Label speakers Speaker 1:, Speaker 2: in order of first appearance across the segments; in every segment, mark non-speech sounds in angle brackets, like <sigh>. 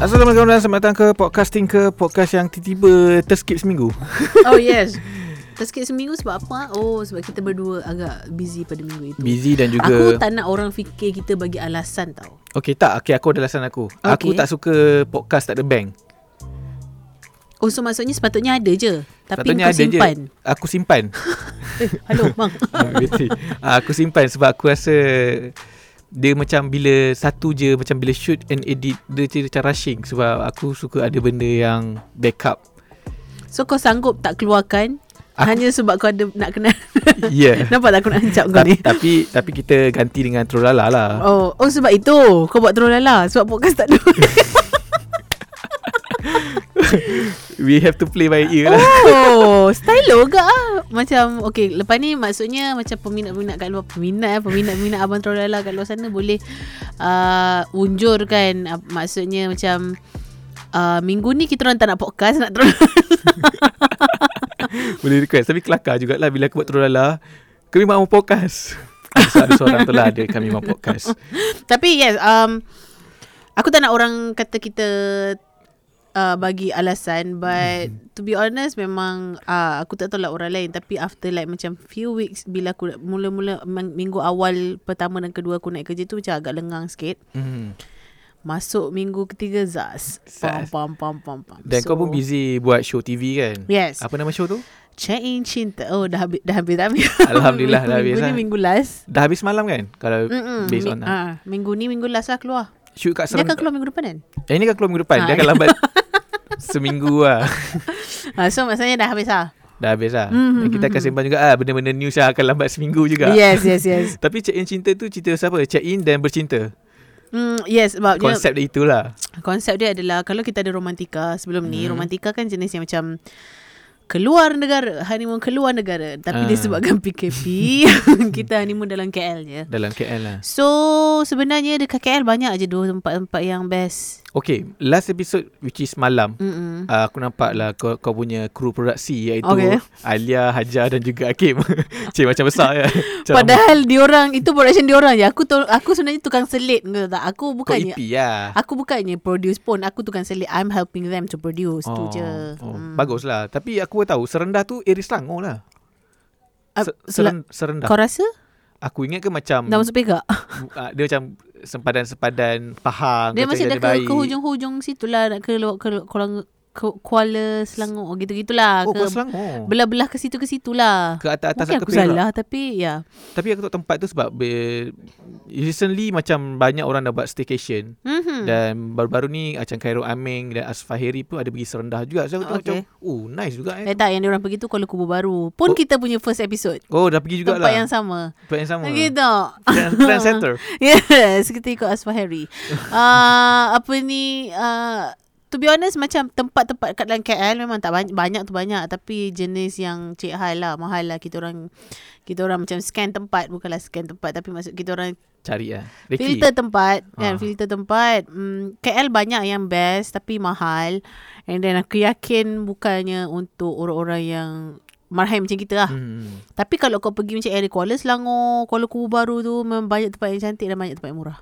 Speaker 1: Assalamualaikum dan selamat datang ke podcasting ke podcast yang tiba-tiba terskip seminggu.
Speaker 2: Oh yes Terskip seminggu sebab apa? Oh sebab kita berdua agak busy pada minggu itu
Speaker 1: Busy dan
Speaker 2: Aku
Speaker 1: juga
Speaker 2: tak nak orang fikir kita bagi alasan tau
Speaker 1: Okey tak, okey aku ada alasan aku. Okay. Aku
Speaker 2: Okey.
Speaker 1: tak suka podcast tak ada bank.
Speaker 2: Oh so maksudnya sepatutnya ada je Tapi
Speaker 1: Sepatutnya
Speaker 2: kau
Speaker 1: ada je. <laughs>
Speaker 2: simpan
Speaker 1: Aku
Speaker 2: <laughs>
Speaker 1: simpan.
Speaker 2: Eh halo bang
Speaker 1: Betty. Ah, aku simpan sebab aku rasa dia macam bila satu je macam bila shoot and edit dia je macam rushing sebab aku suka ada benda yang backup.
Speaker 2: So kau sanggup tak keluarkan
Speaker 1: Aku- Ya.
Speaker 2: Hanya sebab kau ada nak kena
Speaker 1: Yeah.
Speaker 2: <laughs> Nampak tak aku nak hancap kau
Speaker 1: Ta-
Speaker 2: ni
Speaker 1: tapi tapi kita ganti dengan Trolala lah.
Speaker 2: Oh oh sebab itu Kau buat terus lala Sebab podcast tak ada <laughs>
Speaker 1: We have to play by ear lah.
Speaker 2: Oh Stylo ke ah? Macam Okay lepas ni maksudnya Macam peminat-peminat kat luar Peminat eh Peminat-peminat Abang Trolala kat luar sana Boleh uh, Unjurkan uh, Maksudnya macam uh, Minggu ni kita orang tak nak podcast Nak Trolala
Speaker 1: Boleh request Tapi kelakar jugalah Bila aku buat Trolala Kami mahu podcast Ada seorang tu lah Ada kami mahu podcast
Speaker 2: Tapi yes um, Aku tak nak orang kata kita uh, Bagi alasan But
Speaker 1: Mm-hmm.
Speaker 2: To be honest Memang uh, Aku tak tahu lah orang lain Tapi after like Macam few weeks Bila aku Mula-mula ming- Minggu awal Pertama dan kedua Aku naik kerja tu Macam agak lengang sikit
Speaker 1: hmm.
Speaker 2: Masuk minggu ketiga Zaz Pam
Speaker 1: Zaz.
Speaker 2: pam pam pam pam
Speaker 1: Dan so, kau pun busy Buat show TV kan
Speaker 2: Yes
Speaker 1: Apa nama show tu?
Speaker 2: Chain Cinta Oh dah habis Dah habis, dah habis.
Speaker 1: <laughs> Alhamdulillah, dah habis,
Speaker 2: Minggu ni
Speaker 1: lah.
Speaker 2: minggu last
Speaker 1: Dah habis malam kan? Kalau
Speaker 2: Mm-mm.
Speaker 1: based
Speaker 2: Mi-
Speaker 1: on uh,
Speaker 2: ah, Minggu ni minggu last lah keluar
Speaker 1: Shoot kat
Speaker 2: Dia akan
Speaker 1: Serentak
Speaker 2: keluar minggu depan kan
Speaker 1: Eh ini kan keluar minggu depan
Speaker 2: Ah,
Speaker 1: Dia akan
Speaker 2: <laughs>
Speaker 1: lambat Seminggu lah
Speaker 2: Ah, So maksudnya dah habis lah
Speaker 1: Dah habis lah
Speaker 2: Hmm,
Speaker 1: Dan kita akan sembang juga lah Benda-benda news yang akan lambat seminggu juga
Speaker 2: Yes yes yes
Speaker 1: Tapi check-in cinta tu Cerita siapa? Check-in dan bercinta
Speaker 2: <laughs> Hmm, yes sebab konsep.
Speaker 1: Konsep dia itulah
Speaker 2: dia konsep dia adalah kalau kita ada romantika sebelum ni
Speaker 1: Hmm.
Speaker 2: romantika kan jenis yang macam keluar negara honeymoon keluar negara tapi
Speaker 1: Ah. <laughs>
Speaker 2: disebabkan PKP <laughs> kita honeymoon dalam KL je.
Speaker 1: Dalam KL lah
Speaker 2: So sebenarnya dekat KL banyak je dua tempat-tempat yang best.
Speaker 1: Okay Last episode Which is malam
Speaker 2: Mm-mm.
Speaker 1: Uh, aku nampak lah kau, kau punya kru produksi iaitu okay.
Speaker 2: Okay.
Speaker 1: Alia, Hajar dan juga Hakim. <laughs> Cik macam besar
Speaker 2: <laughs>
Speaker 1: ya. Macam
Speaker 2: Padahal diorang itu production diorang je. Aku to, aku sebenarnya tukang selit kau tahu tak. Aku
Speaker 1: rambut
Speaker 2: bukannya
Speaker 1: EP lah.
Speaker 2: aku bukannya produce pun. Aku tukang selit. I'm helping them to produce oh. tu je.
Speaker 1: Oh,
Speaker 2: Hmm.
Speaker 1: Bagus lah. Tapi aku tahu Serendah tu area Selangor lah.
Speaker 2: Ah,
Speaker 1: Se- seren, serendah.
Speaker 2: Kau rasa?
Speaker 1: Aku ingat ke macam
Speaker 2: Dah masuk pegak?
Speaker 1: uh, dia macam sempadan-sempadan Pahang.
Speaker 2: Dia
Speaker 1: kau
Speaker 2: masih
Speaker 1: cakap
Speaker 2: dah
Speaker 1: dia
Speaker 2: ke,
Speaker 1: baik.
Speaker 2: ke hujung-hujung situ lah Nak ke, lo- ke, lo- Kuala, ke Kuala Selangor Gitu-gitulah
Speaker 1: Oh,
Speaker 2: oh,
Speaker 1: kau
Speaker 2: ke,
Speaker 1: Selangor.
Speaker 2: Belah-belah ke situ-ke situ lah
Speaker 1: Ke atas-atas
Speaker 2: Mungkin
Speaker 1: ke
Speaker 2: aku
Speaker 1: Perak.
Speaker 2: salah Tapi ya
Speaker 1: Tapi aku tak tempat tu sebab be, recently macam banyak orang dah buat staycation.
Speaker 2: mm-hmm.
Speaker 1: Dan baru-baru ni Macam Khairul Aming Dan Asfahiri pun Ada pergi serendah juga So aku tengok
Speaker 2: Okay.
Speaker 1: macam Oh nice juga eh
Speaker 2: Eh tak yang diorang pergi tu Kuala Kubu Baru
Speaker 1: Oh.
Speaker 2: Pun kita punya first episode
Speaker 1: Oh dah pergi jugalah Ha.
Speaker 2: Tempat yang sama
Speaker 1: Tempat yang sama
Speaker 2: Lagi tak <laughs>
Speaker 1: Trans, Trans Center
Speaker 2: Yes Kita ikut Asfahari uh, <laughs> Apa ni uh, To be honest Macam tempat-tempat Kat dalam KL Memang tak banyak Banyak tu banyak Tapi jenis yang Cik hal lah Mahal lah Kita orang Kita orang macam scan tempat Bukanlah scan tempat Tapi maksud kita orang
Speaker 1: Cari lah
Speaker 2: Filter
Speaker 1: Reki
Speaker 2: tempat kan
Speaker 1: Ah.
Speaker 2: filter tempat mm, KL banyak yang best tapi mahal and then aku yakin bukannya untuk orang-orang yang marhaim macam kita lah. Hmm.
Speaker 1: hmm.
Speaker 2: Tapi kalau kau pergi macam area Kuala Selangor, Kuala Kubu Baru tu memang banyak tempat yang cantik dan banyak tempat yang murah.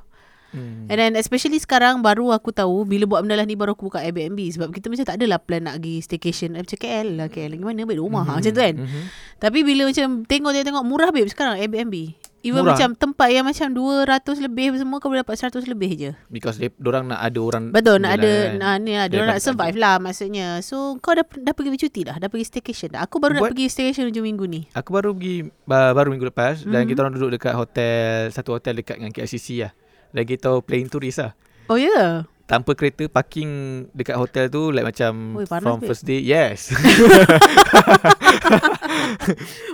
Speaker 1: Hmm.
Speaker 2: And then especially sekarang baru aku tahu bila buat benda lah ni baru aku buka Airbnb sebab kita macam tak adalah plan nak pergi staycation Eh, macam KL lah KL lagi mana baik rumah mm-hmm. macam tu kan.
Speaker 1: Mhm.
Speaker 2: Tapi bila macam tengok dia tengok murah babe sekarang Airbnb. Even
Speaker 1: Murah.
Speaker 2: murah. macam tempat yang macam 200 lebih semua kau boleh dapat 100 lebih je.
Speaker 1: Because dia, orang nak ada orang
Speaker 2: Betul nak ada
Speaker 1: jalan.
Speaker 2: nah, ni lah dia
Speaker 1: Daripada
Speaker 2: nak survive lah maksudnya. So kau dah dah pergi bercuti dah, dah pergi staycation dah. Aku baru
Speaker 1: Buat-
Speaker 2: nak pergi staycation hujung minggu ni.
Speaker 1: Aku baru pergi ba- Baru minggu lepas Dan
Speaker 2: Hmm.
Speaker 1: kita orang duduk dekat hotel Satu hotel dekat dengan KLCC lah Dan kita playing tourist lah
Speaker 2: Oh ya. Yeah.
Speaker 1: tanpa kereta parking dekat hotel tu like macam
Speaker 2: Oi, panas,
Speaker 1: from
Speaker 2: babe.
Speaker 1: first day yes <laughs>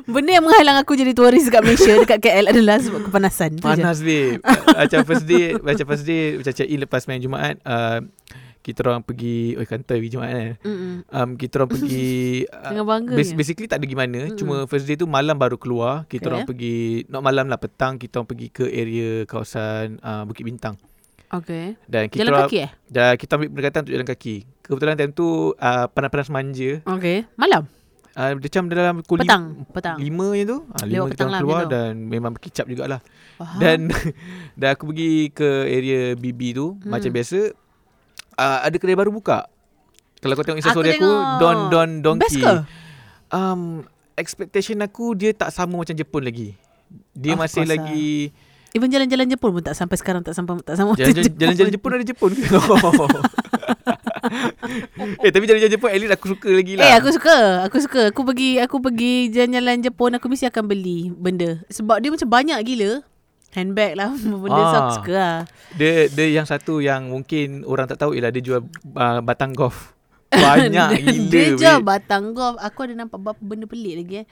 Speaker 2: Benda yang menghalang aku jadi turis dekat
Speaker 1: <laughs>
Speaker 2: Malaysia dekat KL adalah sebab kepanasan tu je.
Speaker 1: Panas
Speaker 2: <laughs>
Speaker 1: babe Macam first day Macam first day Macam check in lepas main Jumaat uh, Kita orang pergi Oh kantor pergi Jumaat kan
Speaker 2: Mm-mm.
Speaker 1: um, Kita orang
Speaker 2: <laughs>
Speaker 1: pergi uh,
Speaker 2: Dengan bangganya.
Speaker 1: bas- Basically tak ada gimana mm-hmm. Cuma first day tu malam baru keluar Kita okay.
Speaker 2: Okay.
Speaker 1: orang pergi Not malam lah petang Kita orang pergi ke area kawasan uh, Bukit Bintang
Speaker 2: Okay.
Speaker 1: Dan kita orang,
Speaker 2: Jalan kaki eh?
Speaker 1: Dan kita ambil pendekatan untuk jalan kaki Kebetulan time tu uh, Panas-panas manja
Speaker 2: Okay. Malam.
Speaker 1: uh, Macam dalam pukul lim-
Speaker 2: Petang, petang.
Speaker 1: Lima je tu ha, Lima
Speaker 2: Lewat
Speaker 1: kita
Speaker 2: petang
Speaker 1: orang
Speaker 2: lah
Speaker 1: keluar
Speaker 2: macam tu.
Speaker 1: Dan memang kicap jugalah
Speaker 2: Faham.
Speaker 1: <laughs> dan dan aku pergi ke area BB tu hmm. macam biasa. uh, ada kedai baru buka. Kalau kau tengok
Speaker 2: Aku
Speaker 1: Instastory aku,
Speaker 2: tengok.
Speaker 1: Don Don Donkey.
Speaker 2: Best ke?
Speaker 1: Um, expectation aku dia tak sama macam Jepun lagi. Dia
Speaker 2: Of
Speaker 1: masih
Speaker 2: course lah.
Speaker 1: lagi
Speaker 2: Even jalan-jalan Jepun pun tak sampai sekarang tak sampai tak sama macam
Speaker 1: jalan-jalan jalan-jalan Jepun ada Jepun ke? <laughs> Oh. eh tapi jalan-jalan Jepun at least aku suka lagi lah.
Speaker 2: Eh aku suka Aku suka Aku pergi Aku pergi jalan-jalan Jepun Aku mesti akan beli Benda Sebab dia macam banyak gila Handbag lah <laughs> Benda ah. so aku
Speaker 1: Ah.
Speaker 2: suka lah
Speaker 1: Dia dia yang satu yang mungkin orang tak tahu ialah dia jual uh, batang golf.
Speaker 2: <laughs>
Speaker 1: Banyak
Speaker 2: Dia-
Speaker 1: gila.
Speaker 2: Dia jual
Speaker 1: weh.
Speaker 2: batang golf Aku ada nampak Berapa benda pelik lagi eh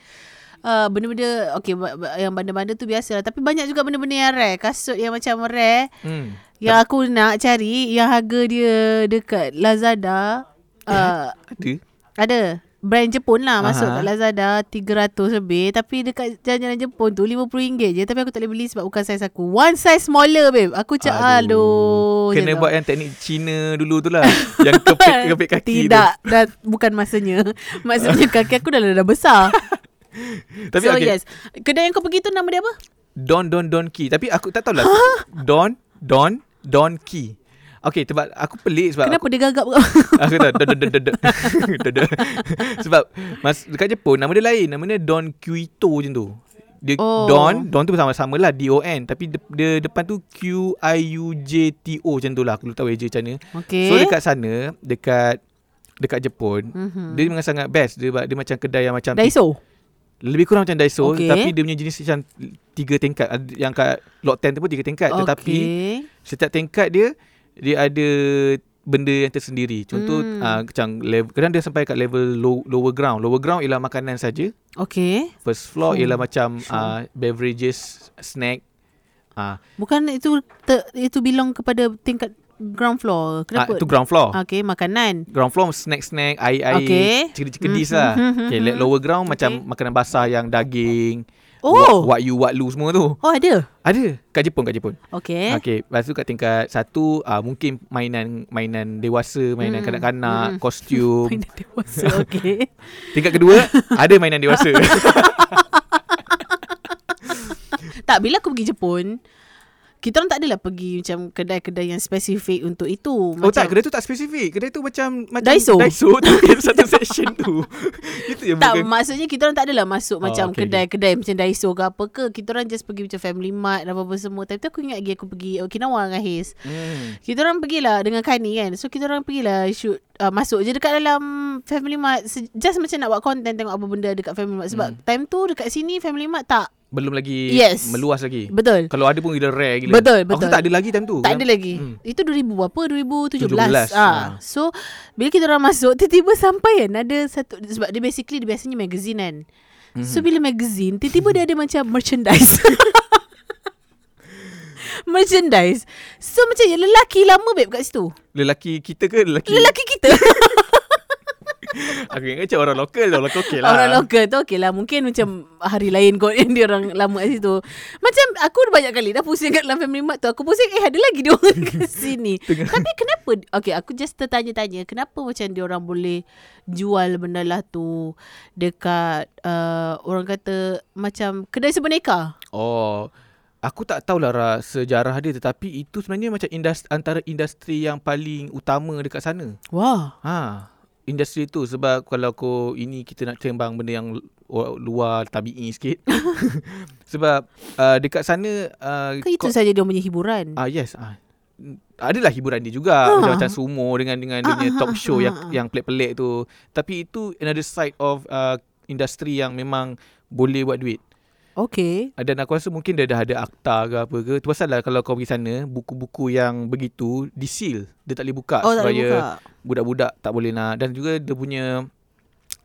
Speaker 2: Uh, benda-benda Okay ba- ba- Yang benda-benda tu biasa lah Tapi banyak juga benda-benda yang rare Kasut yang macam rare
Speaker 1: Hmm.
Speaker 2: Yang aku nak cari Yang harga dia Dekat Lazada
Speaker 1: Eh?
Speaker 2: uh,
Speaker 1: Ada.
Speaker 2: Ada Brand Jepun lah Masuk
Speaker 1: Aha.
Speaker 2: kat Lazada 300 lebih Tapi dekat jalan-jalan Jepun tu RM50 je Tapi aku tak boleh beli Sebab bukan saiz aku One size smaller babe Aku cak aduh
Speaker 1: Kena
Speaker 2: je
Speaker 1: buat
Speaker 2: tau.
Speaker 1: yang teknik Cina dulu tu
Speaker 2: <laughs>
Speaker 1: lah. yang kepit-kepit kaki
Speaker 2: Tidak dah, Bukan
Speaker 1: <laughs>
Speaker 2: masanya Maksudnya kaki aku dah, dah besar
Speaker 1: tu. <laughs> Tapi
Speaker 2: So
Speaker 1: okay.
Speaker 2: yes Kedai yang kau pergi tu Nama dia apa?
Speaker 1: Don Don Don Key. Tapi aku tak tahulah. Don Don Don Key. Okay, sebab aku pelik sebab
Speaker 2: Kenapa
Speaker 1: aku,
Speaker 2: dia gagap <laughs> kau?
Speaker 1: aku tak don don don <laughs> don. Don, don. sebab mas dekat Jepun nama dia lain, nama dia Don Kuito macam tu. Dia oh.
Speaker 2: Oh.
Speaker 1: Don, Don tu sama sama lah D O N tapi de, de, depan tu Q I U J T O macam tu lah. Aku tak tahu je macam mana. So
Speaker 2: Okay
Speaker 1: dekat sana, dekat dekat Jepun,
Speaker 2: Mhm.
Speaker 1: dia memang sangat best. Dia dia macam kedai yang macam
Speaker 2: Daiso
Speaker 1: lebih kurang macam Daiso
Speaker 2: Okey.
Speaker 1: okay. Tapi dia punya jenis macam Tiga tingkat Ada- Yang kat lot 10 tu pun tiga tingkat okay. Tetapi
Speaker 2: Okay
Speaker 1: Setiap tingkat dia Dia ada Benda yang tersendiri Contoh
Speaker 2: Hmm.
Speaker 1: hmm. uh, Macam level, Kadang dia sampai kat level low, Lower ground Lower ground ialah makanan saja.
Speaker 2: Okay
Speaker 1: First floor
Speaker 2: Sure.
Speaker 1: ialah macam
Speaker 2: Sure.
Speaker 1: uh, Beverages Snack Ah,
Speaker 2: Bukan itu ter, Itu belong kepada Tingkat ground floor
Speaker 1: uh,
Speaker 2: Kenapa?
Speaker 1: Itu ground floor
Speaker 2: Okay makanan
Speaker 1: Ground floor snack-snack Air-air
Speaker 2: Okey.
Speaker 1: Cikedi-cikedis
Speaker 2: Mhm,
Speaker 1: lah
Speaker 2: mhm,
Speaker 1: okay,
Speaker 2: mhm.
Speaker 1: Lower ground Macam
Speaker 2: Okey.
Speaker 1: makanan basah Yang daging
Speaker 2: Oh
Speaker 1: Wak you, wak lu semua tu
Speaker 2: Oh ada
Speaker 1: Ada Kat Jepun, kat Jepun Eh?
Speaker 2: Okay <laughs>
Speaker 1: Okey, lepas tu kat tingkat satu uh, mungkin mainan mainan dewasa, mainan
Speaker 2: Mm,
Speaker 1: mm. kanak-kanak,
Speaker 2: mm.
Speaker 1: mm. kostum.
Speaker 2: <laughs> Mainan dewasa Okay
Speaker 1: tingkat
Speaker 2: <laughs>
Speaker 1: kedua ada mainan dewasa.
Speaker 2: Tak bila aku pergi Jepun Kita orang tak adalah pergi Macam kedai-kedai yang spesifik Untuk itu
Speaker 1: <laughs> oh tak,
Speaker 2: Macam-
Speaker 1: kedai tu tak spesifik. Kedai tu macam macam
Speaker 2: Daiso.
Speaker 1: Daiso <laughs> tapi satu section
Speaker 2: <laughs>
Speaker 1: tu. Itu yang
Speaker 2: tak
Speaker 1: bukan
Speaker 2: maksudnya kita orang tak adalah masuk
Speaker 1: Oh,
Speaker 2: macam
Speaker 1: okay,
Speaker 2: kedai-kedai macam Daiso ke apa ke. Kita orang just pergi macam Family Mart dan apa-apa semua. Tapi tu aku ingat lagi aku pergi Okinawa dengan His.
Speaker 1: hmm.
Speaker 2: Kita orang pergilah dengan Kani kan. So kita orang pergilah shoot uh, masuk je dekat dalam Family Mart Se- just macam nak buat content tengok apa benda dekat Family Mart sebab
Speaker 1: Hmm.
Speaker 2: time tu dekat sini Family Mart tak.
Speaker 1: belum lagi
Speaker 2: Yes.
Speaker 1: meluas lagi.
Speaker 2: Betul.
Speaker 1: Kalau ada pun gila rare gila.
Speaker 2: Betul,
Speaker 1: Aku
Speaker 2: betul.
Speaker 1: tak ada lagi time tu.
Speaker 2: Tak ada lagi.
Speaker 1: Hmm.
Speaker 2: Itu 2000 berapa? 2017.
Speaker 1: 17,
Speaker 2: Ah.
Speaker 1: ah.
Speaker 2: So bila kita orang masuk tiba-tiba sampai kan ada satu sebab dia basically dia biasanya magazine kan.
Speaker 1: Hmm.
Speaker 2: Mm-hmm. So bila magazine tiba-tiba dia
Speaker 1: <laughs>
Speaker 2: ada macam merchandise. <laughs> merchandise. So macam ya, lelaki lama babe kat situ.
Speaker 1: Lelaki kita ke lelaki?
Speaker 2: Lelaki kita
Speaker 1: Aku ingat macam orang lokal, orang lokal okey lah.
Speaker 2: Orang lokal tu okey lah Mungkin macam hari lain kot Yang dia orang lama kat situ Macam aku dah banyak kali Dah pusing kat dalam family mart tu Aku pusing Eh ada lagi dia orang
Speaker 1: <laughs>
Speaker 2: kat sini
Speaker 1: Tengah-
Speaker 2: Tapi kenapa Okay aku just tertanya-tanya Kenapa macam dia orang boleh Jual benda lah tu Dekat uh, Orang kata Macam kedai sebeneka
Speaker 1: Oh, aku tak tahulah Ra, sejarah dia tetapi itu sebenarnya macam industri, antara industri yang paling utama dekat sana.
Speaker 2: Wah
Speaker 1: Ha, industri tu sebab kalau kau ini kita nak sembang benda yang lu- luar tabi'i sikit. <laughs> sebab uh, dekat sana uh,
Speaker 2: Ke itu saja dia punya hiburan
Speaker 1: Ah yes. Ah. Mm, Adalah hiburan dia juga
Speaker 2: Ha.
Speaker 1: ha. macam, macam sumo dengan dengan dia
Speaker 2: Ah,
Speaker 1: punya
Speaker 2: ah,
Speaker 1: talk
Speaker 2: ah,
Speaker 1: show
Speaker 2: ah,
Speaker 1: yang
Speaker 2: ah.
Speaker 1: yang pelik-pelik tu. Tapi itu another side of uh, industri yang memang boleh buat duit.
Speaker 2: Okay
Speaker 1: Ah, Dan aku rasa mungkin dia dah ada akta ke apa ke. Tu pasal lah kalau kau pergi sana, buku-buku yang begitu diseal. Dia tak boleh buka
Speaker 2: Oh
Speaker 1: Ah,
Speaker 2: tak boleh
Speaker 1: supaya
Speaker 2: buka
Speaker 1: budak-budak tak boleh nak. Dan juga dia punya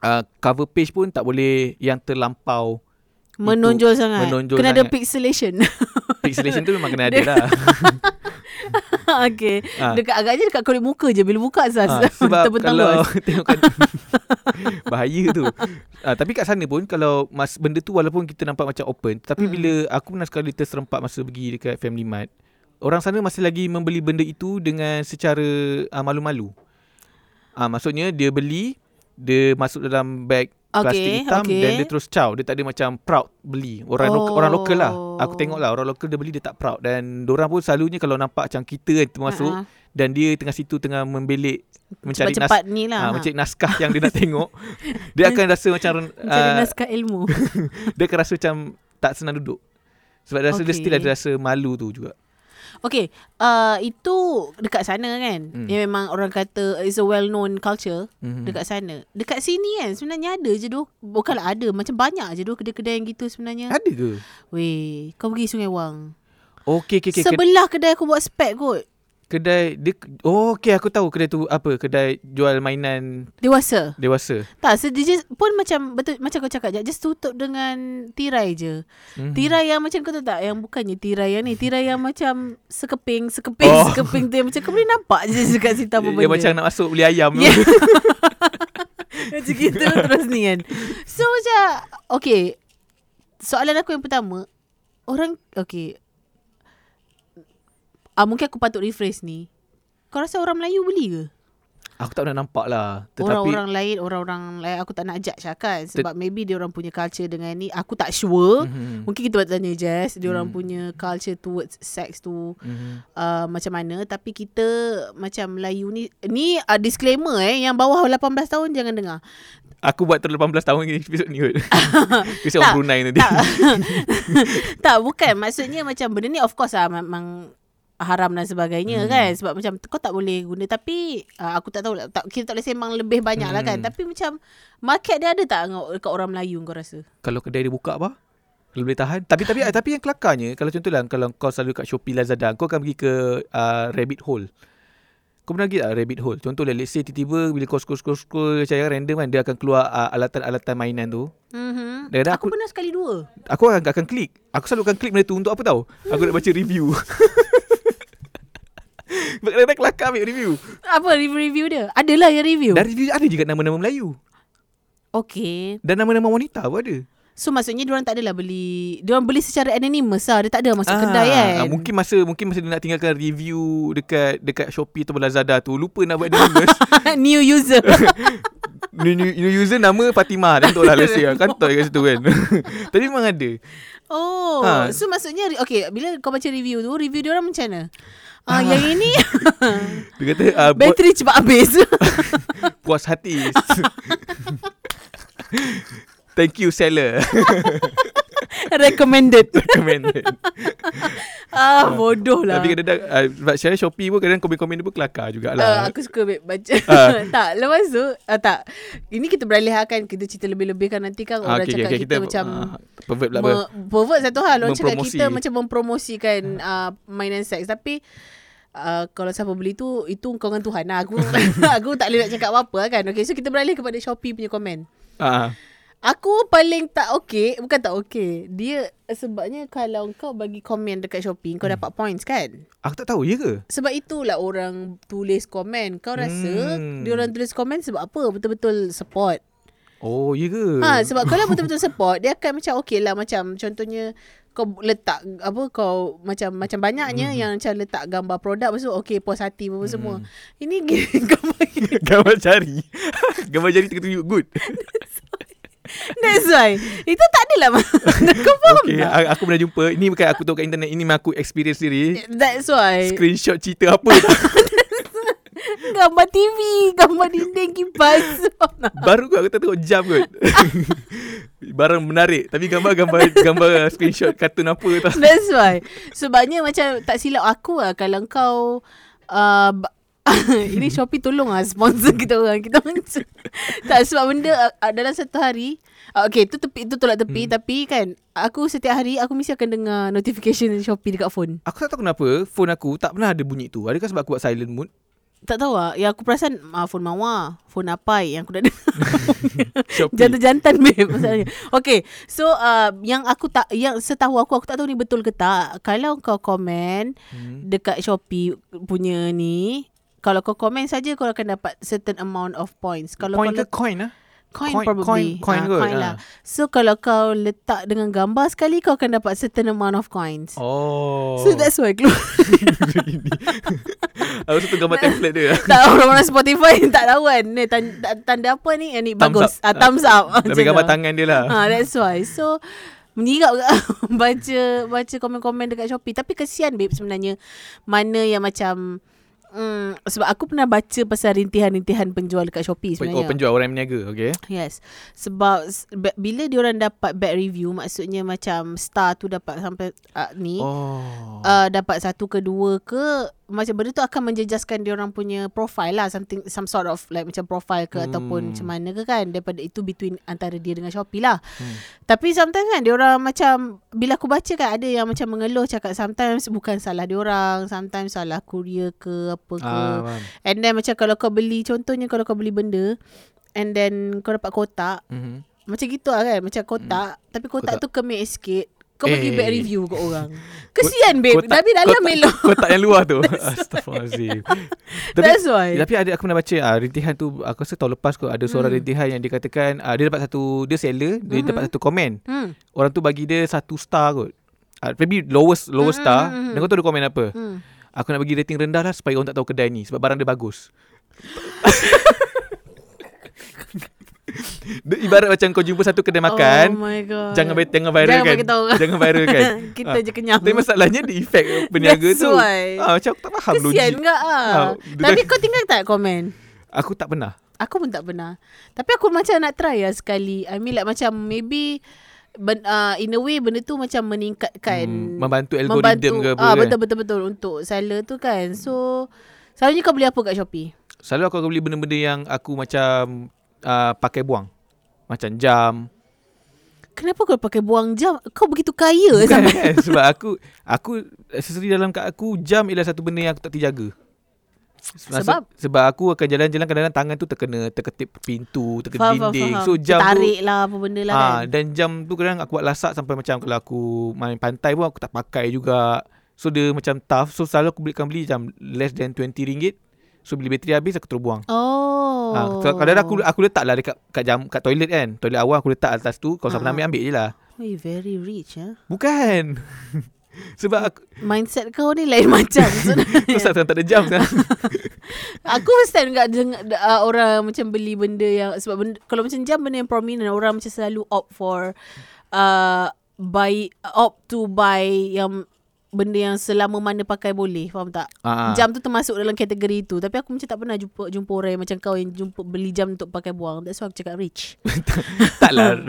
Speaker 1: uh, cover page pun tak boleh yang
Speaker 2: <laughs>
Speaker 1: terlampau.
Speaker 2: Menonjol sangat
Speaker 1: menonjol
Speaker 2: Kena ada
Speaker 1: sangat.
Speaker 2: pixelation <laughs>
Speaker 1: Pixelation tu memang kena ada lah.
Speaker 2: okay.
Speaker 1: Ah.
Speaker 2: Dekat agaknya dekat kulit muka je bila buka Zaz.
Speaker 1: Ah,
Speaker 2: <laughs>
Speaker 1: sebab
Speaker 2: Terbentang
Speaker 1: kalau <laughs>
Speaker 2: luas. <laughs>
Speaker 1: tengokkan bahaya tu. Ah, tapi kat sana pun kalau mas benda tu walaupun kita nampak macam open, tapi
Speaker 2: Mm-mm.
Speaker 1: bila aku pernah sekali terserempak masa pergi dekat Family Mart, orang sana masih lagi membeli benda itu dengan secara ah, malu-malu. Ah maksudnya dia beli, dia masuk dalam beg plastik
Speaker 2: Okay,
Speaker 1: hitam
Speaker 2: okay.
Speaker 1: dan dia terus caw. Dia tak ada macam proud beli. Orang oh.
Speaker 2: Oh.
Speaker 1: orang lokal lah. Aku tengok lah orang lokal dia beli dia tak proud dan orang pun selalunya kalau nampak macam kita kan termasuk
Speaker 2: Ha, ha.
Speaker 1: dan dia tengah situ tengah membelik mencari
Speaker 2: Cepat-cepat ni
Speaker 1: ha,
Speaker 2: lah. ha.
Speaker 1: mencari naskah yang dia nak
Speaker 2: <laughs>
Speaker 1: tengok. Dia akan rasa macam
Speaker 2: Mencari
Speaker 1: ah,
Speaker 2: naskah ilmu. <laughs>
Speaker 1: dia akan rasa macam tak senang duduk. Sebab dia rasa okay. dia
Speaker 2: Okay.
Speaker 1: still ada rasa malu tu juga.
Speaker 2: Okay, uh, itu dekat sana kan.
Speaker 1: Hmm.
Speaker 2: Mm. Yang memang orang kata it's a well-known culture
Speaker 1: Mhm.
Speaker 2: mm. dekat sana. Dekat sini kan sebenarnya ada je doh. Bukanlah ada, macam banyak je doh kedai-kedai yang gitu sebenarnya.
Speaker 1: Ada ke?
Speaker 2: Weh, kau pergi Sungai Wang.
Speaker 1: Okey okey
Speaker 2: Okay,
Speaker 1: okey.
Speaker 2: Sebelah kedai aku buat spek kot.
Speaker 1: Kedai dia oh, okey aku tahu kedai tu apa? Kedai jual mainan
Speaker 2: Dewasa.
Speaker 1: dewasa.
Speaker 2: Tak, so dia just, pun macam betul macam kau cakap je, just tutup dengan tirai je.
Speaker 1: Mhm.
Speaker 2: Tirai yang macam kau tahu tak yang bukannya tirai yang ni, tirai yang macam sekeping, sekeping,
Speaker 1: Oh.
Speaker 2: oh. sekeping tu yang macam kau boleh nampak je dekat situ apa benda.
Speaker 1: Dia macam nak masuk beli ayam
Speaker 2: Ya.
Speaker 1: tu.
Speaker 2: Macam gitu terus ni kan. So macam okay. Soalan aku yang pertama, orang okay. Ah mungkin aku patut rephrase ni. Kau rasa orang Melayu beli ke?
Speaker 1: <laughs> Aku tak pernah nampak lah. Tetapi
Speaker 2: Orang-orang lain, orang-orang lain aku tak nak judge lah kan sebab maybe dia orang punya culture dengan ni aku tak sure.
Speaker 1: Mhm.
Speaker 2: Mungkin kita buat tanya Jess, dia
Speaker 1: Hmm.
Speaker 2: orang punya culture towards sex tu
Speaker 1: Mhm.
Speaker 2: uh, macam mana tapi kita macam Melayu ni ni uh, disclaimer eh yang bawah 18 tahun jangan
Speaker 1: <laughs>
Speaker 2: dengar.
Speaker 1: Aku buat terus 18 tahun ni episod ni kot.
Speaker 2: <laughs>
Speaker 1: Kisah
Speaker 2: Tak,
Speaker 1: orang Brunei nanti.
Speaker 2: tak. <laughs> tak bukan maksudnya macam benda ni of course lah memang haram dan sebagainya hmm. kan sebab macam kau tak boleh guna tapi uh, aku tak tahu lah, tak kita tak boleh sembang lebih banyak hmm. lah kan
Speaker 1: Hmm.
Speaker 2: tapi macam market dia ada tak ngau- dekat orang Melayu kau rasa
Speaker 1: Kalau kedai dia buka apa? Kalau boleh tahan. Tapi tapi tapi yang kelakarnya kalau contohlah kalau kau selalu kat Shopee Lazada, kau akan pergi ke uh, rabbit hole. Kau pernah pergi tak rabbit hole? Contohlah let's say tiba-tiba bila kau scroll scroll scroll macam random kan dia akan keluar uh, alatan-alatan mainan tu. Dah,
Speaker 2: mm-hmm.
Speaker 1: dah, Mhm.
Speaker 2: aku,
Speaker 1: aku-
Speaker 2: pernah sekali dua
Speaker 1: Aku akan, akan klik. Aku selalu akan klik benda tu untuk apa tau? Aku nak baca review. <laughs> Sebab kadang-kadang kelakar ambil review.
Speaker 2: apa review-review dia adalah yang review
Speaker 1: Dan review ada juga nama-nama Melayu.
Speaker 2: Okay
Speaker 1: Dan nama-nama wanita pun ada.
Speaker 2: So maksudnya diorang tak adalah beli Diorang beli secara anonymous lah Dia tak ada masuk ah, kedai kan
Speaker 1: ah,
Speaker 2: <laughs>
Speaker 1: Mungkin masa mungkin masa dia nak tinggalkan review dekat dekat Shopee atau Lazada tu lupa nak buat
Speaker 2: <laughs>
Speaker 1: anonymous.
Speaker 2: Ah, New
Speaker 1: <laughs>
Speaker 2: user
Speaker 1: new, new, new user nama Fatimah contoh lah let's say lah. kan tak kat situ kan. <laughs> Tapi memang ada.
Speaker 2: Oh,
Speaker 1: Ha.
Speaker 2: ha. so maksudnya okay, bila kau baca review tu, review dia orang macam mana? Ah, yang
Speaker 1: <laughs>
Speaker 2: ini
Speaker 1: Dia kata uh, buat
Speaker 2: <laughs> bateri cepat habis.
Speaker 1: puas hati. <laughs> Thank you seller <laughs>
Speaker 2: Recommended.
Speaker 1: recommended.
Speaker 2: Ah, bodoh lah.
Speaker 1: Tapi kadang-kadang uh, sebab secara Shopee pun kadang komen-komen dia pun kelakar
Speaker 2: Uh,
Speaker 1: jugalah.
Speaker 2: aku suka babe, baca
Speaker 1: Ah.
Speaker 2: <laughs> Tak Lepas tu uh, Tak Ini kita beralih lah kan Kita cerita lebih-lebih kan Nanti kan
Speaker 1: Ah,
Speaker 2: orang cakap
Speaker 1: okay,
Speaker 2: kita, macam
Speaker 1: ah, pervert pula apa.
Speaker 2: me- Pervert satu hal Orang cakap
Speaker 1: Mempromosi.
Speaker 2: kita macam mempromosikan uh, Mainan seks Tapi Uh, kalau siapa beli tu Itu kau dengan Tuhan lah Aku, <laughs> aku tak boleh nak cakap apa-apa lah kan Okay so kita beralih kepada Shopee punya komen
Speaker 1: Ah,
Speaker 2: Aku paling tak okay Bukan tak okay Dia Sebabnya kalau kau bagi komen dekat Shopee Kau hmm. dapat points kan
Speaker 1: aku tak tahu ya ke?
Speaker 2: Sebab itulah orang tulis komen Kau rasa
Speaker 1: Hmm.
Speaker 2: hmm. Dia orang tulis komen sebab apa Betul-betul support
Speaker 1: Oh, ya ke? <laughs>
Speaker 2: Ha sebab kalau betul-betul support dia akan macam okey lah macam contohnya kau letak apa kau macam macam banyaknya yang macam letak gambar produk lepas tu okey puas hati apa semua. Ini <laughs> kau bagi
Speaker 1: Gambar jari <laughs> Gambar jari tengah tunjuk good
Speaker 2: that's why. Itu tak adalah mana kau faham
Speaker 1: Okay ah.
Speaker 2: tak?
Speaker 1: a- Aku pernah jumpa Ini bukan aku tahu kat internet Ini memang aku experience sendiri
Speaker 2: That's why.
Speaker 1: Screenshot cerita apa
Speaker 2: <laughs>
Speaker 1: tak-
Speaker 2: Gambar TV Gambar dinding kipas
Speaker 1: Baru kot aku tak tengok jam kot <laughs> Barang menarik Tapi gambar-gambar Gambar screenshot kartun apa tak
Speaker 2: <laughs> That's why Sebabnya macam Tak silap aku lah Kalau kau uh, ba- <laughs> Ini Shopee tolong lah Sponsor kita orang <laughs> Kita macam Tak sebab benda uh, Dalam satu hari uh, Okay tu tepi Itu tolak tepi hmm. Tapi kan Aku setiap hari Aku mesti akan dengar Notification Shopee dekat phone
Speaker 1: Aku tak tahu kenapa Phone aku tak pernah ada bunyi tu Adakah sebab aku buat silent mode
Speaker 2: Tak tahu lah Yang aku perasan uh, Phone Mawar Phone Apai Yang aku dah dengar
Speaker 1: Shopee
Speaker 2: <laughs> Jantan-jantan babe masalahnya. Okay. So uh, yang aku tak yang setahu aku aku tak tahu ni betul ke tak. Kalau kau komen
Speaker 1: Hmm.
Speaker 2: dekat Shopee punya ni kalau kau komen saja kau akan dapat certain amount of points. Kalau
Speaker 1: Point
Speaker 2: kau
Speaker 1: ke coin lah
Speaker 2: coin,
Speaker 1: coin-
Speaker 2: probably.
Speaker 1: coin- coin
Speaker 2: Ah,
Speaker 1: kot,
Speaker 2: coin
Speaker 1: ah.
Speaker 2: lah. So kalau kau letak dengan gambar sekali kau akan dapat certain amount of coins.
Speaker 1: Oh
Speaker 2: So that's why keluar.
Speaker 1: Ini. Aku tu gambar template dia.
Speaker 2: <laughs> <laughs> tak orang-orang Spotify <laughs> tak tahu kan ni tan- ta- tanda apa ni yang ni
Speaker 1: Thumbs
Speaker 2: bagus
Speaker 1: up.
Speaker 2: ah thumbs up
Speaker 1: <laughs> Lebih gambar tangan dia
Speaker 2: <laughs>
Speaker 1: lah.
Speaker 2: ha that's why so menyirap ke- <laughs> baca baca komen-komen dekat Shopee tapi kesian babe sebenarnya mana yang macam Hmm, sebab aku pernah baca pasal rintihan-rintihan penjual dekat Shopee
Speaker 1: Oh,
Speaker 2: sebenarnya.
Speaker 1: penjual orang yang berniaga. Okay.
Speaker 2: Yes. Sebab s- be- bila diorang dapat bad review maksudnya macam star tu dapat sampai uh, ni oh.
Speaker 1: Oh.
Speaker 2: uh, dapat satu ke dua ke macam benda tu akan menjejaskan diorang punya profile lah something some sort of like macam profile ke hmm. ataupun
Speaker 1: Hmm.
Speaker 2: macam mana ke kan daripada itu between antara dia dengan Shopee lah. Hmm. Tapi sometimes kan diorang macam bila aku baca kan ada yang macam mengeluh cakap sometimes bukan salah diorang, sometimes salah courier ke apa ke.
Speaker 1: Ah, faham.
Speaker 2: And then macam kalau kau beli Contohnya kalau kau beli benda And then kau dapat kotak
Speaker 1: Mhm.
Speaker 2: Macam gitu lah kan Macam kotak hmm. Tapi kotak,
Speaker 1: Kotak.
Speaker 2: tu kemik sikit Kau
Speaker 1: Eh.
Speaker 2: bagi bad review kat
Speaker 1: <laughs>
Speaker 2: orang Kesian babe
Speaker 1: Kotak-
Speaker 2: Tapi dalam
Speaker 1: kotak-
Speaker 2: melo
Speaker 1: Kotak yang luar
Speaker 2: <laughs>
Speaker 1: tu. Astaghfirullahalazim. Tapi
Speaker 2: That's why
Speaker 1: tapi ada aku pernah baca ah rintihan tu aku rasa tahun lepas kot ada seorang hmm. rintihan yang dikatakan ah, dia dapat satu dia seller dia dapat satu komen.
Speaker 2: hmm.
Speaker 1: Orang tu bagi dia satu star kot. Ah, maybe lowest
Speaker 2: Hmm,
Speaker 1: lowest star.
Speaker 2: Mm-mm.
Speaker 1: Dan kau tahu dia komen apa?
Speaker 2: Hmm.
Speaker 1: Aku nak bagi rating rendah lah supaya orang tak tahu kedai ni sebab barang dia
Speaker 2: <laughs>
Speaker 1: bagus. Dia Ibarat macam kau jumpa satu kedai
Speaker 2: Oh
Speaker 1: makan,
Speaker 2: my god
Speaker 1: jangan bagi jangan viral
Speaker 2: Jangan
Speaker 1: kan.
Speaker 2: bagi tahu orang.
Speaker 1: <laughs> Jangan viral kan.
Speaker 2: <laughs> Kita
Speaker 1: Ah.
Speaker 2: je kenyang
Speaker 1: Tapi masalahnya dia
Speaker 2: <laughs>
Speaker 1: efek peniaga
Speaker 2: That's
Speaker 1: tu.
Speaker 2: why.
Speaker 1: Ah, macam aku tak faham
Speaker 2: Kesian
Speaker 1: logik.
Speaker 2: enggak
Speaker 1: Ah,
Speaker 2: ah.
Speaker 1: dia
Speaker 2: Tapi
Speaker 1: dah-
Speaker 2: kau tinggal tak komen
Speaker 1: Aku tak pernah.
Speaker 2: Aku pun tak pernah. Tapi aku macam nak try lah sekali. I mean like macam maybe ben, uh, in a way benda tu macam meningkatkan
Speaker 1: Hmm, membantu algorithm ke apa
Speaker 2: ah,
Speaker 1: kan?
Speaker 2: betul betul betul untuk seller tu kan. So selalunya kau beli apa kat Shopee?
Speaker 1: Selalu aku akan beli benda-benda yang aku macam uh, pakai buang. Macam jam.
Speaker 2: Kenapa kau pakai buang jam? Kau begitu kaya
Speaker 1: Bukan,
Speaker 2: sampai
Speaker 1: kan? <laughs> Sebab aku aku aksesori dalam kat aku jam ialah satu benda yang aku tak terjaga.
Speaker 2: Sebab?
Speaker 1: sebab aku akan jalan-jalan kadang-kadang tangan tu terkena terketip pintu, terkena dinding. So jam tu
Speaker 2: Tarik lah apa benda lah
Speaker 1: Ah,
Speaker 2: kan.
Speaker 1: dan jam tu kadang aku buat lasak sampai macam kalau aku main pantai pun aku tak pakai juga. So dia macam tough. So selalu aku beli kan beli jam less than RM20. ringgit. So bila bateri habis aku terus buang.
Speaker 2: Oh.
Speaker 1: Ah, so kadang-kadang aku aku letaklah dekat kat jam kat toilet kan. Toilet awal aku letak atas tu kalau siapa
Speaker 2: Ah.
Speaker 1: nak ambil ambil je lah.
Speaker 2: Weh, very rich ya. Eh?
Speaker 1: Bukan. <laughs> Sebab aku
Speaker 2: Ya. Mindset kau ni lain <laughs> macam.
Speaker 1: tu <laughs>
Speaker 2: sebenarnya.
Speaker 1: sekarang tak ada jam
Speaker 2: <laughs>
Speaker 1: kan.
Speaker 2: Aku first time dekat dengar uh, orang macam beli benda yang sebab benda, kalau macam jam benda yang prominent orang macam selalu opt for uh, buy opt to buy yang benda yang selama mana pakai boleh faham tak?
Speaker 1: Ah.
Speaker 2: Jam tu termasuk dalam kategori tu tapi aku macam tak pernah jumpa jumpa orang yang macam kau yang jumpa beli jam untuk pakai buang. That's why aku cakap rich. <laughs>
Speaker 1: Taklah.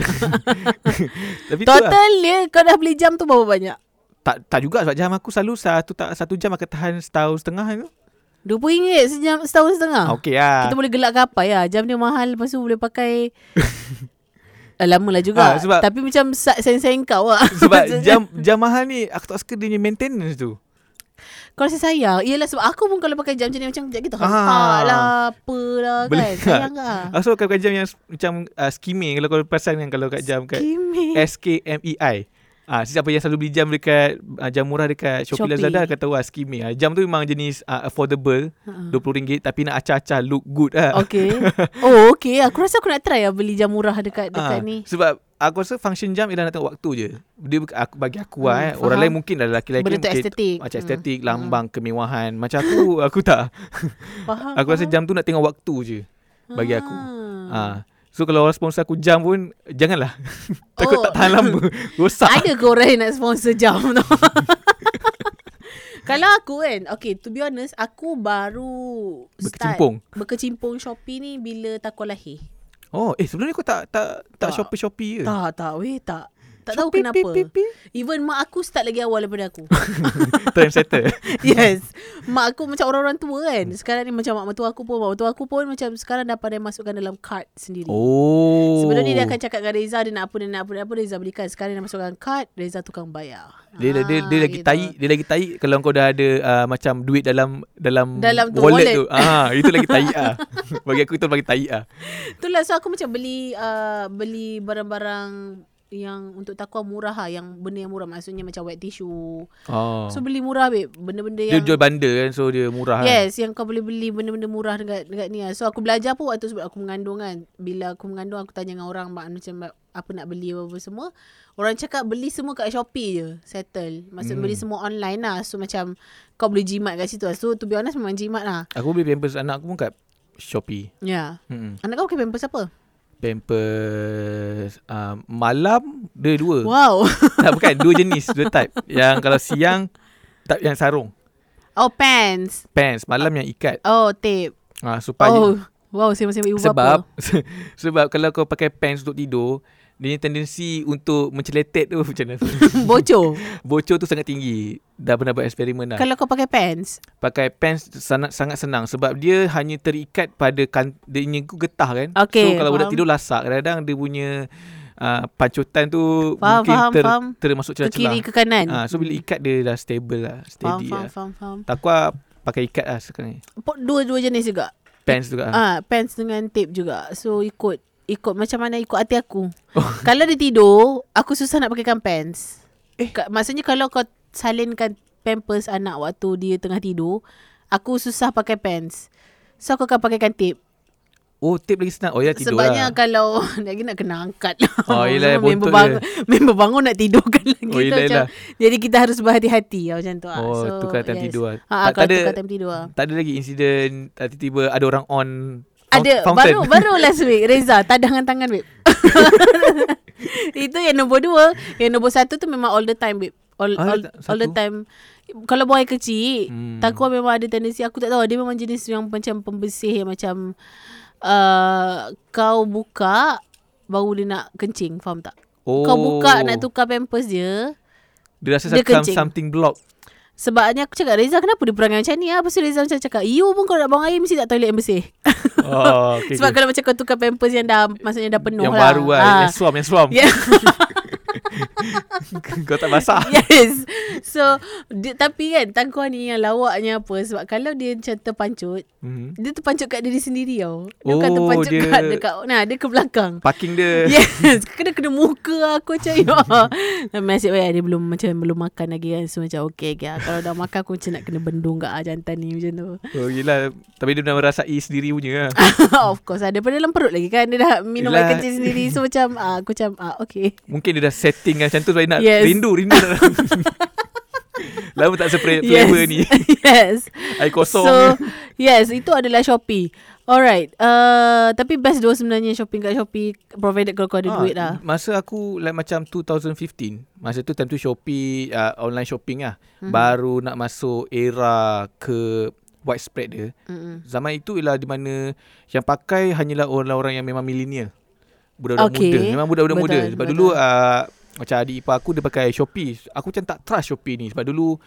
Speaker 1: Tapi tu lah.
Speaker 2: Total dia kau dah beli jam tu berapa banyak?
Speaker 1: tak tak juga sebab jam aku selalu satu tak satu jam akan tahan setahun setengah tu.
Speaker 2: RM20 sejam setahun setengah.
Speaker 1: Ah, Okey lah.
Speaker 2: Kita boleh gelak gapai lah Jam dia mahal Lepas tu boleh
Speaker 1: <laughs>
Speaker 2: pakai Ah, Lama lah juga
Speaker 1: Ah,
Speaker 2: ha,
Speaker 1: sebab-
Speaker 2: Tapi macam sa- Sayang-sayang kau lah
Speaker 1: <laughs> Sebab jam jam mahal ni aku tak suka dia punya maintenance tu.
Speaker 2: Kau rasa sayang Yelah sebab aku pun Kalau pakai jam macam ni Macam kejap kita
Speaker 1: Ah.
Speaker 2: Hantar lah Apalah kan
Speaker 1: Boleh
Speaker 2: Sayang
Speaker 1: <laughs>
Speaker 2: lah
Speaker 1: Ah, so kalau pakai jam yang s- macam uh, skimming kalau kau perasan kan kalau kat jam kat
Speaker 2: Kimi
Speaker 1: S K M E I. Ah siapa yang selalu beli jam dekat ah, jam murah dekat Shopee,
Speaker 2: Shopee.
Speaker 1: Lazada akan tahu ah skimming. Ah, jam tu memang jenis ah, affordable
Speaker 2: Ha.
Speaker 1: RM20 tapi nak acah-acah look good ah. <laughs>
Speaker 2: Okay Oh okay Aku rasa aku nak try lah Beli jam murah dekat
Speaker 1: Ah,
Speaker 2: dekat ni
Speaker 1: Sebab aku rasa function jam ialah nak tengok waktu je. Dia buka- aku bagi aku
Speaker 2: Hmm,
Speaker 1: lah eh. Orang
Speaker 2: faham.
Speaker 1: lain mungkin adalah lelaki-lelaki
Speaker 2: Benda tu
Speaker 1: mungkin
Speaker 2: estetik.
Speaker 1: Macam
Speaker 2: Hmm.
Speaker 1: estetik, lambang, kemewahan. Macam aku
Speaker 2: <laughs>
Speaker 1: aku tak.
Speaker 2: Hmm. Faham Hmm.
Speaker 1: Aku rasa jam tu nak tengok waktu je bagi aku. Ah. So kalau orang sponsor aku jam pun janganlah. <laughs> Takut
Speaker 2: Oh.
Speaker 1: tak tahan
Speaker 2: <laughs>
Speaker 1: lama. Rosak.
Speaker 2: Ada ke orang yang nak sponsor jam tu? <laughs> Kalau aku kan, okay to be honest, aku baru
Speaker 1: Berkecimpung.
Speaker 2: Start, berkecimpung Shopee ni bila takwa lahir.
Speaker 1: Oh, eh sebelum ni kau tak tak tak
Speaker 2: Tak.
Speaker 1: Shopee-Shopee ke?
Speaker 2: Tak, tak, weh tak. Tak tahu
Speaker 1: Shopee,
Speaker 2: kenapa.
Speaker 1: pi, pi, pi.
Speaker 2: Even mak aku start lagi awal daripada
Speaker 1: <laughs>
Speaker 2: aku.
Speaker 1: Time
Speaker 2: <laughs>
Speaker 1: settle.
Speaker 2: yes. Mak aku macam orang-orang tua kan. Sekarang ni macam mak mertua aku pun, mak mertua aku pun macam sekarang dah pandai masukkan dalam card sendiri.
Speaker 1: Oh.
Speaker 2: Sebelum ni dia akan cakap dengan Reza dia nak apa, dia nak apa, dia nak apa, Reza belikan. Sekarang dia nak masukkan card, Reza tukang bayar.
Speaker 1: dia, dia, dia, dia
Speaker 2: Ah,
Speaker 1: lagi tahi, dia lagi tahi kalau kau dah ada uh, macam duit dalam dalam,
Speaker 2: Dalam tu,
Speaker 1: wallet,
Speaker 2: wallet.
Speaker 1: tu. Ah, itu lagi tahi ah. <laughs> bagi aku itu bagi tahi ah.
Speaker 2: Itulah so aku macam beli uh, beli barang-barang yang untuk takwa murah lah yang benda yang murah maksudnya macam wet tissue.
Speaker 1: Oh.
Speaker 2: So beli murah babe, benda-benda
Speaker 1: dia
Speaker 2: yang
Speaker 1: jual bundle kan so dia murah kan.
Speaker 2: Yes, yang kau boleh beli benda-benda murah dekat dekat ni lah. So aku belajar pun waktu sebab aku mengandung kan. Bila aku mengandung aku tanya dengan orang mak macam apa nak beli apa-apa semua Orang cakap beli semua kat Shopee je Settle Maksud hmm. beli semua online lah So macam Kau boleh jimat kat situ lah So to be honest memang jimat lah
Speaker 1: Aku beli pampers anak aku pun kat Shopee.
Speaker 2: Ya yeah.
Speaker 1: Hmm.
Speaker 2: Anak kau pakai pampers apa?
Speaker 1: Pampers uh, malam dia dua.
Speaker 2: Wow <laughs>
Speaker 1: Tak bukan dua jenis, dua type. Yang kalau siang type yang sarung,
Speaker 2: Oh pants
Speaker 1: pants, malam yang ikat.
Speaker 2: Oh tape
Speaker 1: Ah uh, supaya
Speaker 2: Oh Wow sembang-sembang ibu
Speaker 1: sebab
Speaker 2: bapa
Speaker 1: <laughs> sebab kalau kau pakai pants untuk tidur, dia punya tendensi untuk menceletet tu <laughs> macam mana.
Speaker 2: Bocor
Speaker 1: Bocor tu sangat tinggi. Dah pernah buat eksperimen dah.
Speaker 2: Kalau kau pakai pants
Speaker 1: pakai pants sangat sangat senang sebab dia hanya terikat pada kan dia punya getah kan.
Speaker 2: Okay,
Speaker 1: so kalau budak
Speaker 2: faham.
Speaker 1: tidur lasak kadang-kadang dia punya uh, pancutan tu
Speaker 2: Faham,
Speaker 1: mungkin
Speaker 2: faham,
Speaker 1: ter,
Speaker 2: faham.
Speaker 1: termasuk
Speaker 2: Ke
Speaker 1: celah-celah.
Speaker 2: kiri ke kanan
Speaker 1: Ah,
Speaker 2: Hmm.
Speaker 1: so bila ikat dia dah stable lah,
Speaker 2: Faham
Speaker 1: steady
Speaker 2: faham,
Speaker 1: lah.
Speaker 2: faham faham
Speaker 1: Takwa pakai ikat lah sekarang ni.
Speaker 2: Po- Dua-dua jenis juga
Speaker 1: Pants juga. Ah.
Speaker 2: Ah, pants dengan tape juga. So ikut ikut macam mana ikut hati aku.
Speaker 1: Oh.
Speaker 2: <laughs> kalau dia tidur, aku susah nak pakaikan pants. Eh. Ka- maksudnya kalau kau salinkan pampers anak waktu dia tengah tidur, aku susah pakai pants. So aku akan pakaikan tape.
Speaker 1: Oh, tape lagi senang. Oh, ya tidur lah.
Speaker 2: Sebabnya kalau <laughs> lagi nak kena angkat lah.
Speaker 1: Oh,
Speaker 2: <laughs>
Speaker 1: yelah,
Speaker 2: member
Speaker 1: bontot
Speaker 2: bangun, member bangun nak tidurkan lagi
Speaker 1: Oh,
Speaker 2: tu
Speaker 1: yelah,
Speaker 2: macam.
Speaker 1: yelah.
Speaker 2: Jadi kita harus berhati-hati lah macam tu. lah.
Speaker 1: Oh, tukar time tidur lah. Tak-
Speaker 2: Ha, tak,
Speaker 1: tak ada-
Speaker 2: tukar time tidur lah.
Speaker 1: Tak ada lagi insiden ah, tiba-tiba ada orang on fount-
Speaker 2: Ada
Speaker 1: fountain. <laughs>
Speaker 2: baru baru last week Reza tadangan tangan babe. <laughs> Itu yang nombor dua Yang nombor satu tu memang all the time babe All,
Speaker 1: Ah,
Speaker 2: all,
Speaker 1: tak-
Speaker 2: all the
Speaker 1: satu.
Speaker 2: time Kalau buang air kecil hmm.
Speaker 1: Hmm.
Speaker 2: Takwa memang ada tendensi Aku tak tahu Dia memang jenis yang macam pembersih Yang macam uh, Kau buka Baru dia nak kencing Faham tak? Oh. Kau buka nak tukar pampers dia
Speaker 1: Dia rasa
Speaker 2: dia
Speaker 1: some,
Speaker 2: kencing.
Speaker 1: something block.
Speaker 2: <laughs> Sebabnya aku cakap Reza kenapa dia perangai macam ni ah? Lepas tu Reza macam cakap You pun kalau nak buang air Mesti tak toilet yang bersih <laughs>
Speaker 1: Oh, okay,
Speaker 2: Sebab kalau macam kau tukar pampers yang dah maksudnya dah penuh
Speaker 1: yang
Speaker 2: lah.
Speaker 1: baru lah.
Speaker 2: Ah. <laughs>
Speaker 1: Yang suam, yang suam.
Speaker 2: Yeah.
Speaker 1: <laughs> Kau tak basah.
Speaker 2: Ya. yes. So dia, tapi kan tangkuan ni yang lawaknya apa sebab kalau dia macam terpancut,
Speaker 1: Hmm.
Speaker 2: dia terpancut kat diri sendiri tau. Dia bukan
Speaker 1: Oh,
Speaker 2: terpancut
Speaker 1: dia- Eh.
Speaker 2: kat dekat nah dia ke belakang.
Speaker 1: Parking dia.
Speaker 2: Yes Kena kena muka aku macam ya. Nasib baik dia belum Macam belum makan lagi kan So macam okay, okay lah. Kalau dah makan aku macam nak kena bendung kat ah jantan ni Macam tu <laughs>
Speaker 1: Oh, yelah. Tapi dia dah merasai sendiri punya lah.
Speaker 2: Ah. Of course ada Daripada dalam perut lagi kan Dia dah minum air
Speaker 1: Yelah.
Speaker 2: kecil sendiri So macam ah, Aku macam ah, okay
Speaker 1: Mungkin dia dah setting kan macam tu sebab dia nak
Speaker 2: Yes.
Speaker 1: yes. rindu, rindu.
Speaker 2: <laughs>
Speaker 1: nak- Lama tak separate flavor ni.
Speaker 2: <laughs> yes
Speaker 1: Air kosong.
Speaker 2: So
Speaker 1: So,
Speaker 2: yes Itu adalah Shopee Alright uh, Tapi best doh sebenarnya Shopping kat Shopee Provided
Speaker 1: Ah,
Speaker 2: kalau kau ada duit lah
Speaker 1: Masa aku like, macam 2015, masa tu time tu Shopee, uh, online shopping lah.
Speaker 2: Mhm.
Speaker 1: Mm-hmm. Baru nak masuk era ke widespread dia.
Speaker 2: Mm-mm.
Speaker 1: Zaman itu ialah di mana yang pakai hanyalah orang-orang yang memang milenial. Budak-budak
Speaker 2: Okay.
Speaker 1: okay. muda. Memang budak-budak
Speaker 2: Betul,
Speaker 1: muda. Sebab
Speaker 2: betul.
Speaker 1: dulu uh, macam adik ipar aku dia pakai Shopee. Aku macam tak trust Shopee ni sebab dulu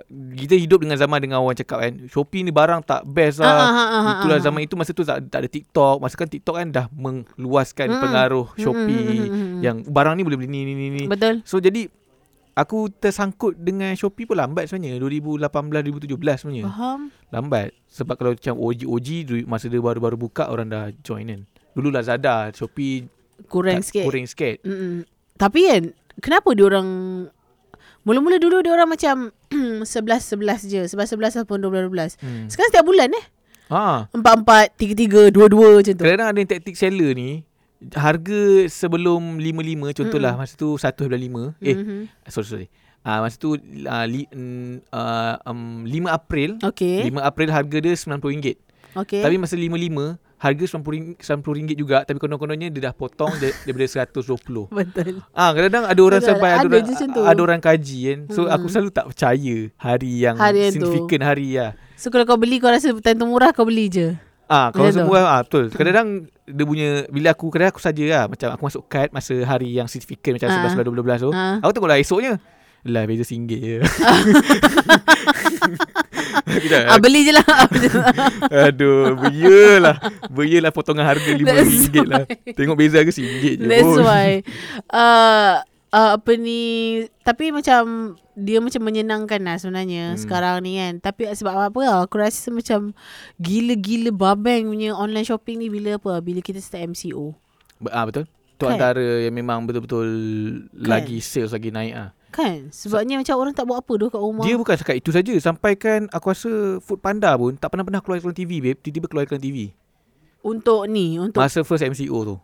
Speaker 1: uh, kita hidup dengan zaman dengan orang cakap kan Shopee ni barang tak best lah
Speaker 2: Ah, ah, ah, ah,
Speaker 1: Itulah
Speaker 2: ah.
Speaker 1: zaman itu masa tu tak, tak ada TikTok Masa kan TikTok kan dah meluaskan
Speaker 2: Mm-mm.
Speaker 1: pengaruh
Speaker 2: Mm-mm,
Speaker 1: Shopee
Speaker 2: mm-mm, mm-mm.
Speaker 1: Yang barang ni boleh beli ni ni ni, ni.
Speaker 2: hmm, Betul
Speaker 1: So jadi aku tersangkut dengan Shopee pun lambat sebenarnya 2018-2017 sebenarnya
Speaker 2: Faham
Speaker 1: Lambat Sebab kalau macam OG-OG du- Masa dia baru-baru buka Orang dah join kan Dulu Lazada Shopee
Speaker 2: Kurang
Speaker 1: tak-
Speaker 2: sikit
Speaker 1: Kurang sikit
Speaker 2: Mm-mm. Tapi kan Kenapa diorang Mula-mula dulu diorang macam <clears throat> 11-11 je lah 11-11 ataupun 12-12
Speaker 1: hmm.
Speaker 2: Sekarang setiap bulan eh
Speaker 1: ha.
Speaker 2: 4-4 3-3 2-2 macam tu
Speaker 1: Kadang-kadang ada yang taktik seller ni Harga sebelum 55 Contohlah mm. Masa tu 1.25 Eh
Speaker 2: Mhm.
Speaker 1: sorry sorry Ah Masa tu uh, li, mm, uh, um, 5 April
Speaker 2: Okay
Speaker 1: 5 April harga dia RM90
Speaker 2: Okay
Speaker 1: Tapi masa 55 Harga RM90 RM90 juga Tapi konon-kononnya Dia dah potong dia- <laughs> Daripada RM120
Speaker 2: Betul
Speaker 1: Ah, kadang-kadang ada orang
Speaker 2: Betul,
Speaker 1: sampai ada,
Speaker 2: ada
Speaker 1: orang,
Speaker 2: je macam tu.
Speaker 1: ada orang kaji kan. So
Speaker 2: Mm-mm.
Speaker 1: aku selalu tak percaya hari yang
Speaker 2: Hari yang tu.
Speaker 1: signifikan hari lah.
Speaker 2: So kalau kau beli Kau rasa time tu murah Kau beli je
Speaker 1: Ah, kalau
Speaker 2: Macam tu.
Speaker 1: semua ah betul. Kadang-kadang dia punya bila aku kadang aku saja lah macam aku masuk kad masa hari yang signifikan macam
Speaker 2: Ah.
Speaker 1: 11 11 12 tu.
Speaker 2: Ah.
Speaker 1: Aku tengoklah esoknya. Lah beza RM1
Speaker 2: <laughs>
Speaker 1: je. Aku dah,
Speaker 2: ah, Beli je
Speaker 1: <laughs>
Speaker 2: lah
Speaker 1: Aduh, beyalah. Beyalah potongan harga
Speaker 2: That's
Speaker 1: RM5 lah. Tengok beza harga RM1 je. Oh.
Speaker 2: That's
Speaker 1: pun.
Speaker 2: why uh, uh, Apa ni Tapi macam Dia macam menyenangkan lah sebenarnya hmm. Sekarang ni kan Tapi sebab apa lah Aku rasa macam Gila-gila babang punya Online shopping ni Bila apa Bila kita start MCO
Speaker 1: Be- Ah betul. Tu
Speaker 2: Kan?
Speaker 1: antara yang memang betul-betul lagi sales lagi naik ah.
Speaker 2: Kan Sebabnya macam orang tak buat apa Dulu kat rumah
Speaker 1: Dia bukan setakat itu saja Sampai kan aku rasa Food Panda pun tak pernah-pernah keluar iklan TV babe Tiba-tiba keluar iklan TV
Speaker 2: Untuk ni Untuk
Speaker 1: Masa first MCO tu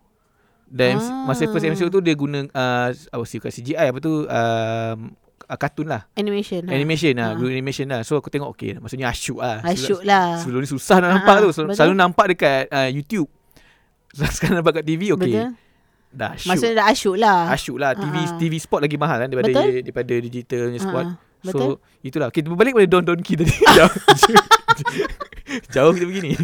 Speaker 1: Dan
Speaker 2: Ah.
Speaker 1: ah. masa first MCO tu dia guna uh, apa sih kat CGI apa tu um, ah, kartun lah.
Speaker 2: Animation. Ha?
Speaker 1: Animation
Speaker 2: Ah.
Speaker 1: lah, guna animation lah. So aku tengok okey, maksudnya asyuk lah.
Speaker 2: Asyuk lah.
Speaker 1: Sebelum ni susah nak
Speaker 2: Ah,
Speaker 1: nampak
Speaker 2: ah,
Speaker 1: tu. Sel-
Speaker 2: betul.
Speaker 1: Selalu nampak dekat uh, YouTube. <laughs> Sekarang nampak kat TV okey.
Speaker 2: Betul.
Speaker 1: Dah asyuk.
Speaker 2: Maksudnya dah asyuk lah.
Speaker 1: Asyuk lah TV
Speaker 2: Ah, ah.
Speaker 1: TV sport lagi mahal kan daripada
Speaker 2: Betul.
Speaker 1: daripada digital punya
Speaker 2: Ah,
Speaker 1: sport.
Speaker 2: ah.
Speaker 1: So
Speaker 2: Betul.
Speaker 1: itulah Kita berbalik pada Don Donki
Speaker 2: <laughs>
Speaker 1: tadi Jauh <laughs> Jauh kita begini